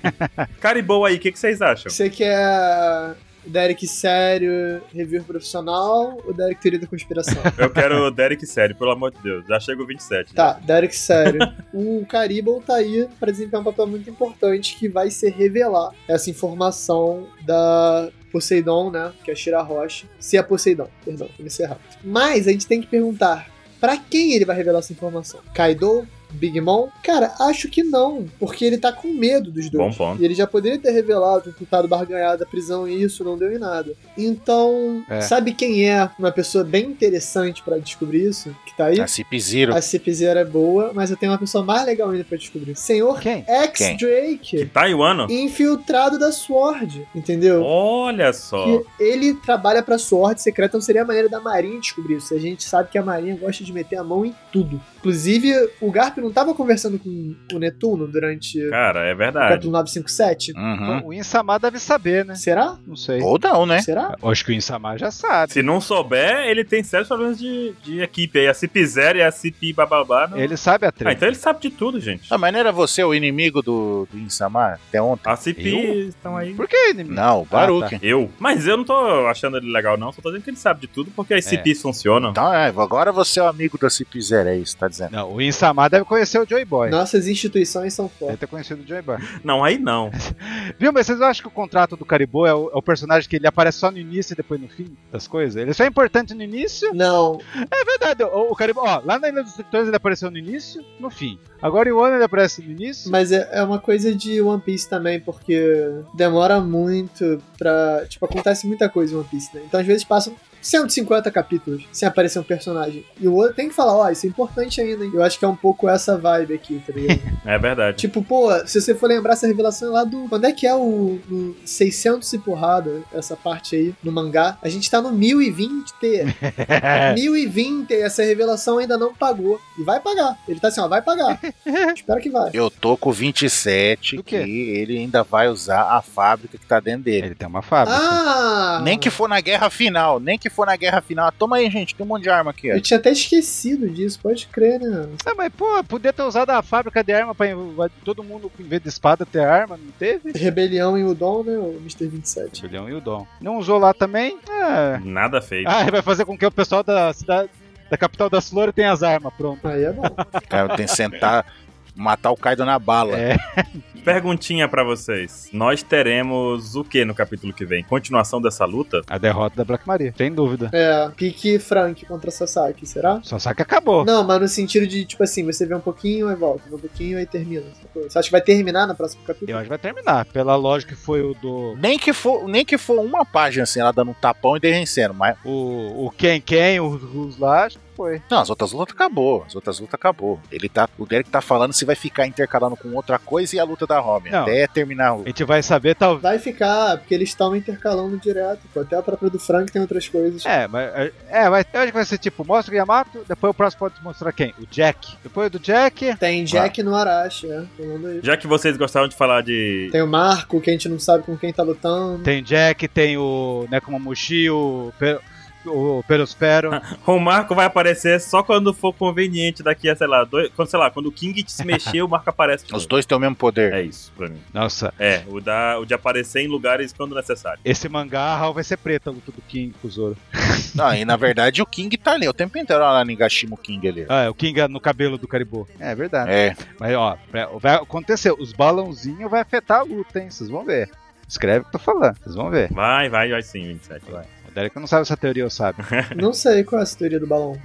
Speaker 2: Caribou aí, o que, que vocês acham?
Speaker 4: você quer Derek sério, review profissional ou Derek teoria da conspiração?
Speaker 2: Eu quero o Derek sério, pelo amor de Deus. Já chega o 27.
Speaker 4: Tá, Derek, sério. o Caribou tá aí pra desempenhar um papel muito importante que vai ser revelar essa informação da Poseidon, né? Que é a Shira Rocha. Se é Poseidon, perdão, comecei errado. Mas a gente tem que perguntar: pra quem ele vai revelar essa informação? Kaido? Big Mom? Cara, acho que não, porque ele tá com medo dos
Speaker 2: Bom
Speaker 4: dois.
Speaker 2: ponto.
Speaker 4: E ele já poderia ter revelado, tentado barganhar da prisão e isso não deu em nada. Então,
Speaker 3: É.
Speaker 4: sabe quem é uma pessoa bem interessante pra descobrir isso? Que tá aí?
Speaker 1: A Cip Zero.
Speaker 4: A CP0 é boa, mas eu tenho uma pessoa mais legal ainda pra descobrir. Senhor
Speaker 3: Quem?
Speaker 1: Quem?
Speaker 2: Que
Speaker 4: X-Drake,
Speaker 2: Taiwano?
Speaker 4: infiltrado da SWORD, entendeu?
Speaker 2: Olha só.
Speaker 4: Que ele trabalha pra SWORD secreta, então seria a maneira da Marinha descobrir isso. A gente sabe que a Marinha gosta de meter a mão em tudo. Inclusive, o Garp não tava conversando com o Netuno durante
Speaker 2: Cara, é
Speaker 4: o
Speaker 2: verdade. Hum.
Speaker 4: capítulo 957?
Speaker 1: Uhum.
Speaker 3: O Insamar deve saber, né?
Speaker 4: Será?
Speaker 3: Não sei.
Speaker 1: Ou não,
Speaker 2: É.
Speaker 1: né?
Speaker 4: Será?
Speaker 3: Eu Acho que o Insamar já sabe.
Speaker 2: Se não souber, ele tem sérios problemas de, de equipe aí. A CIP0 e a CIP bababá. não-
Speaker 3: Ele é sabe a
Speaker 2: Ah,
Speaker 3: treta.
Speaker 2: então ele sabe de tudo, gente.
Speaker 1: Ah, mas não era você o inimigo do, do Insamar até ontem?
Speaker 2: A CIP estão aí.
Speaker 3: Por que inimigo?
Speaker 4: Ah,
Speaker 1: Não, o Baruque.
Speaker 4: tá.
Speaker 2: Eu? Mas eu não tô achando ele legal, não. Só tô dizendo que ele sabe de tudo, porque as CPs funcionam.
Speaker 1: Então é, agora você é o amigo da Cip Zero, é isso, tá dizendo?
Speaker 3: Não, o Insamar deve conhecer o Joy Boy.
Speaker 4: Nossas instituições são
Speaker 3: Deve
Speaker 4: fortes.
Speaker 3: ter conhecido o Joy Boy.
Speaker 2: Não, aí não.
Speaker 3: Viu, mas vocês não acham que o contrato do Caribou é o, é o personagem que ele aparece só no início e depois no fim das coisas? Ele só é importante no início?
Speaker 4: Não,
Speaker 3: É verdade, o, o Caribou, ó, lá na Ilha dos Tritões ele apareceu no início, no fim. Agora em Wano ele aparece no início.
Speaker 4: Mas é, é uma coisa de One Piece também, porque demora muito pra. Tipo, acontece muita coisa em One Piece, né? Então às vezes passam 150 capítulos sem aparecer um personagem. E o outro tem que falar, ó, isso é importante ainda, hein? Eu acho que é um pouco essa vibe aqui, tá ligado?
Speaker 2: É verdade.
Speaker 4: tipo, pô, se você for lembrar essa revelação é lá do. Quando é que é o, o 600 e porrada, essa parte aí, no mangá? A gente tá no 1020.
Speaker 3: É.
Speaker 4: 1020, essa revelação ainda não pagou. E vai pagar. Ele tá assim, ó, vai pagar. Espero que vai.
Speaker 1: Eu tô com 27
Speaker 3: Do
Speaker 1: que
Speaker 3: quê?
Speaker 1: ele ainda vai usar a fábrica que tá dentro dele.
Speaker 3: ele tem uma fábrica.
Speaker 4: Ah!
Speaker 1: Nem que for na guerra final, nem que for na guerra final. Toma aí, gente, tem um monte de arma aqui. ó.
Speaker 4: Eu tinha até esquecido disso, pode crer, né? mano?
Speaker 3: Ah, mas pô, podia ter usado a fábrica de arma pra invadir todo mundo em vez de espada ter arma, não teve?
Speaker 4: Rebelião em Udon, né? O Mr. 27.
Speaker 3: Julião e o Dom. Não usou lá também? Ah,
Speaker 2: Nada feito.
Speaker 3: ah vai fazer com que o pessoal da cidade. Da capital das flores tenha as armas, pronto.
Speaker 4: Aí é bom.
Speaker 1: Cara, tem que sentar, matar o Kaido na bala.
Speaker 3: É.
Speaker 2: Perguntinha pra vocês. Nós teremos o que no capítulo que vem? Continuação dessa luta?
Speaker 3: A derrota da Black Maria, sem dúvida.
Speaker 4: É, pique Frank contra Sasaki, será?
Speaker 3: Só sabe que acabou.
Speaker 4: Não, mas no sentido de, tipo assim, você vê um pouquinho, aí volta, vê um pouquinho, aí termina. essa coisa. Você acha que vai terminar no próximo
Speaker 3: Eu
Speaker 4: capítulo?
Speaker 3: acho que vai terminar. Pela lógica que foi o do.
Speaker 1: Nem que, for, nem que for uma página assim, ela dando um tapão e derrencendo, mas.
Speaker 3: O, o Ken Ken, os Rus lá, acho que foi.
Speaker 1: Não, as outras lutas acabou. As outras lutas acabou. Ele tá. O Derek tá falando se vai ficar intercalando com outra coisa e a luta da Robin.
Speaker 3: Não.
Speaker 1: Até terminar o.
Speaker 3: A gente vai saber, talvez.
Speaker 4: Vai ficar, porque eles estão intercalando direto, pô. Até a própria do Frank tem outras coisas.
Speaker 3: É, mas. É, mas eu acho que vai ser tipo: mostra o Yamato, depois o próximo pode mostrar quem? O Jack. Depois do Jack.
Speaker 4: Tem Jack no Arashi, né? Falando isso.
Speaker 2: Já que vocês gostaram de falar de.
Speaker 4: Tem o Marco, que a gente não sabe com quem tá lutando.
Speaker 3: Tem Jack, tem o Nekomamushi, o. Pe- O Perospero.
Speaker 2: O Marco vai aparecer só quando for conveniente daqui a, sei lá, dois... quando, sei lá, quando o King se mexer, o Marco aparece. de
Speaker 1: Os
Speaker 2: novo.
Speaker 1: dois têm o mesmo poder.
Speaker 2: É isso pra mim.
Speaker 3: Nossa,
Speaker 2: É, o, da, o de aparecer em lugares quando necessário.
Speaker 3: esse mangá a Hal vai ser preta a luta do King com o Zoro.
Speaker 1: Não, e na verdade o King tá ali, o tempo inteiro olha lá no Higashimo King ali.
Speaker 3: Ah, é, o King no cabelo do Caribou. É verdade.
Speaker 1: É,
Speaker 3: Mas ó, pra- vai acontecer. Os balãozinhos vai afetar a luta, hein? Vocês vão ver. Escreve o que eu tô falando, vocês vão ver.
Speaker 2: Vai, vai, vai sim, 27.
Speaker 3: Vai. O Derek não sabe essa teoria, eu sabe.
Speaker 4: Não sei qual é essa teoria do balão.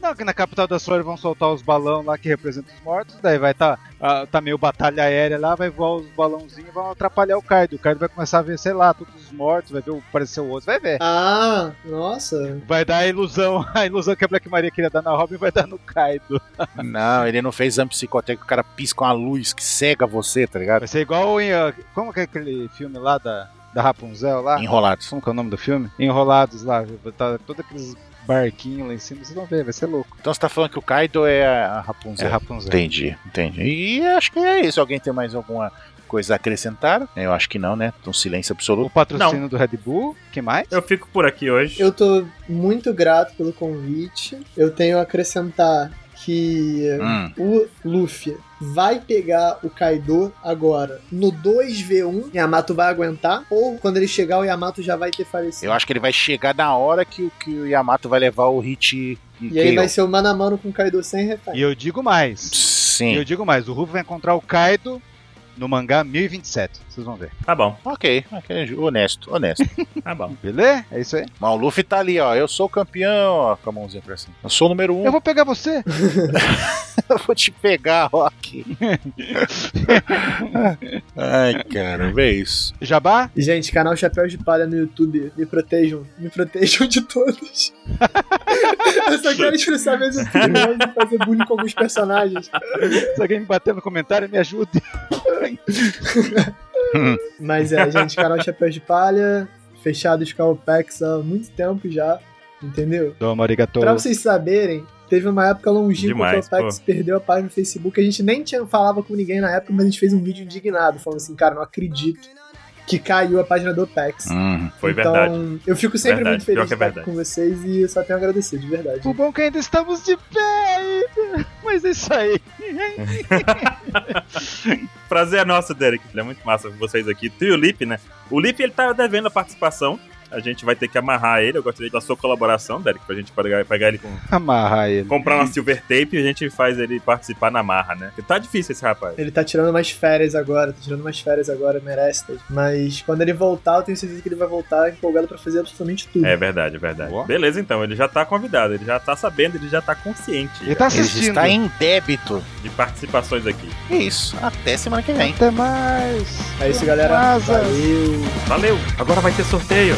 Speaker 3: Não, que na capital das flores vão soltar os balão lá que representam os mortos, daí vai tá, ah, tá meio batalha aérea lá, vai voar os balãozinhos e vão atrapalhar o Kaido. O Kaido vai começar a ver, sei lá, todos os mortos, vai ver o- aparecer o outro, vai ver.
Speaker 4: Ah, nossa.
Speaker 3: Vai dar a ilusão, a ilusão que a Black Maria queria dar na Robin vai dar no Kaido.
Speaker 1: não, ele não fez exame psicotécnico, o cara pisca uma luz que cega você, tá ligado?
Speaker 3: Vai ser igual em. ah, Como que é aquele filme lá da, da Rapunzel lá?
Speaker 1: Enrolados.
Speaker 3: Como que é o nome do filme? Enrolados lá, tá todos aqueles barquinhos lá em cima, vocês vão ver, vai ser louco.
Speaker 1: Então você tá falando que o Kaido é a
Speaker 3: É
Speaker 1: Rapunzel.
Speaker 3: Rapunzel.
Speaker 1: Entendi, entendi. E acho que é isso. Alguém tem mais alguma coisa a acrescentar? Eu acho que não, né? Um silêncio absoluto.
Speaker 3: O patrocínio do Red Bull, que mais?
Speaker 2: Eu fico por aqui hoje.
Speaker 4: Eu tô muito grato pelo convite. Eu tenho a acrescentar que
Speaker 1: Hum,
Speaker 4: o Luffy vai pegar o Kaido agora no 2v1, Yamato vai aguentar, ou quando ele chegar o Yamato já vai ter falecido.
Speaker 1: eu acho que ele vai chegar na hora que, o- que o Yamato vai levar o hit e
Speaker 4: E aí vai ser o mano a mano com o Kaido sem
Speaker 3: E
Speaker 4: refém.
Speaker 3: eu digo mais. E
Speaker 1: Sim.
Speaker 3: eu digo mais, o Ruff vai encontrar o Kaido no mangá 1027. Vocês vão ver.
Speaker 2: Tá bom,
Speaker 1: Ok, ok, honesto, honesto.
Speaker 2: tá bom.
Speaker 3: Beleza? É isso aí.
Speaker 1: Mas o Luffy tá ali, ó. Eu sou o campeão, ó. Com a mãozinha pra cima. Eu sou o número um.
Speaker 3: Eu vou pegar você.
Speaker 1: Eu vou te pegar, Rock. Ai, cara, vê isso.
Speaker 3: Jabá?
Speaker 4: Gente, canal Chapéu de Palha no YouTube, me protejam, me protejam de todos. eu só quero expressar minhas opiniões e fazer bullying com alguns personagens.
Speaker 3: Se alguém me bater no comentário, me ajude.
Speaker 4: Mas é, gente, canal Chapéu de Palha, fechados com a OPEX há muito tempo já, entendeu?
Speaker 3: Toma, arigatou.
Speaker 4: Pra vocês saberem, teve uma época longínqua que o
Speaker 2: Demais,
Speaker 4: Opex perdeu a página no Facebook. A gente nem tinha, falava com ninguém na época, mas a gente fez um vídeo indignado, falando assim, cara, não acredito que caiu a página do Opex.
Speaker 2: Uhum, Foi
Speaker 4: então,
Speaker 2: verdade.
Speaker 4: eu fico sempre
Speaker 2: Verdade,
Speaker 4: muito feliz
Speaker 2: pior
Speaker 4: de
Speaker 2: que é
Speaker 4: estar
Speaker 2: verdade.
Speaker 4: com vocês e eu só tenho a agradecer, de verdade.
Speaker 3: O bom é que ainda estamos de pé ainda. Mas é isso aí.
Speaker 2: Prazer é nosso, Derek. É muito massa com vocês aqui. Tu e o Lip, né? O Lip, ele tá devendo a participação. A gente vai ter que amarrar ele. Eu gostaria da sua colaboração, Derek, pra gente pegar, pegar ele com.
Speaker 3: Amarra ele.
Speaker 2: Comprar uma silver tape e a gente faz ele participar na marra, né? Porque tá difícil esse rapaz.
Speaker 4: Ele tá tirando umas férias agora, tá tirando umas férias agora, merece. tá? Mas quando ele voltar, eu tenho certeza que ele vai voltar empolgado pra fazer absolutamente tudo.
Speaker 2: É verdade, é verdade.
Speaker 3: Boa.
Speaker 2: Beleza, então. Ele já tá convidado, ele já tá sabendo, ele já tá consciente
Speaker 3: Ele tá
Speaker 1: Ele
Speaker 3: assistindo.
Speaker 1: está em débito.
Speaker 2: de participações aqui.
Speaker 1: É isso. Até semana que vem.
Speaker 3: Até mais.
Speaker 4: É isso, galera.
Speaker 3: Asas.
Speaker 4: Valeu!
Speaker 2: Valeu! Agora vai ter sorteio!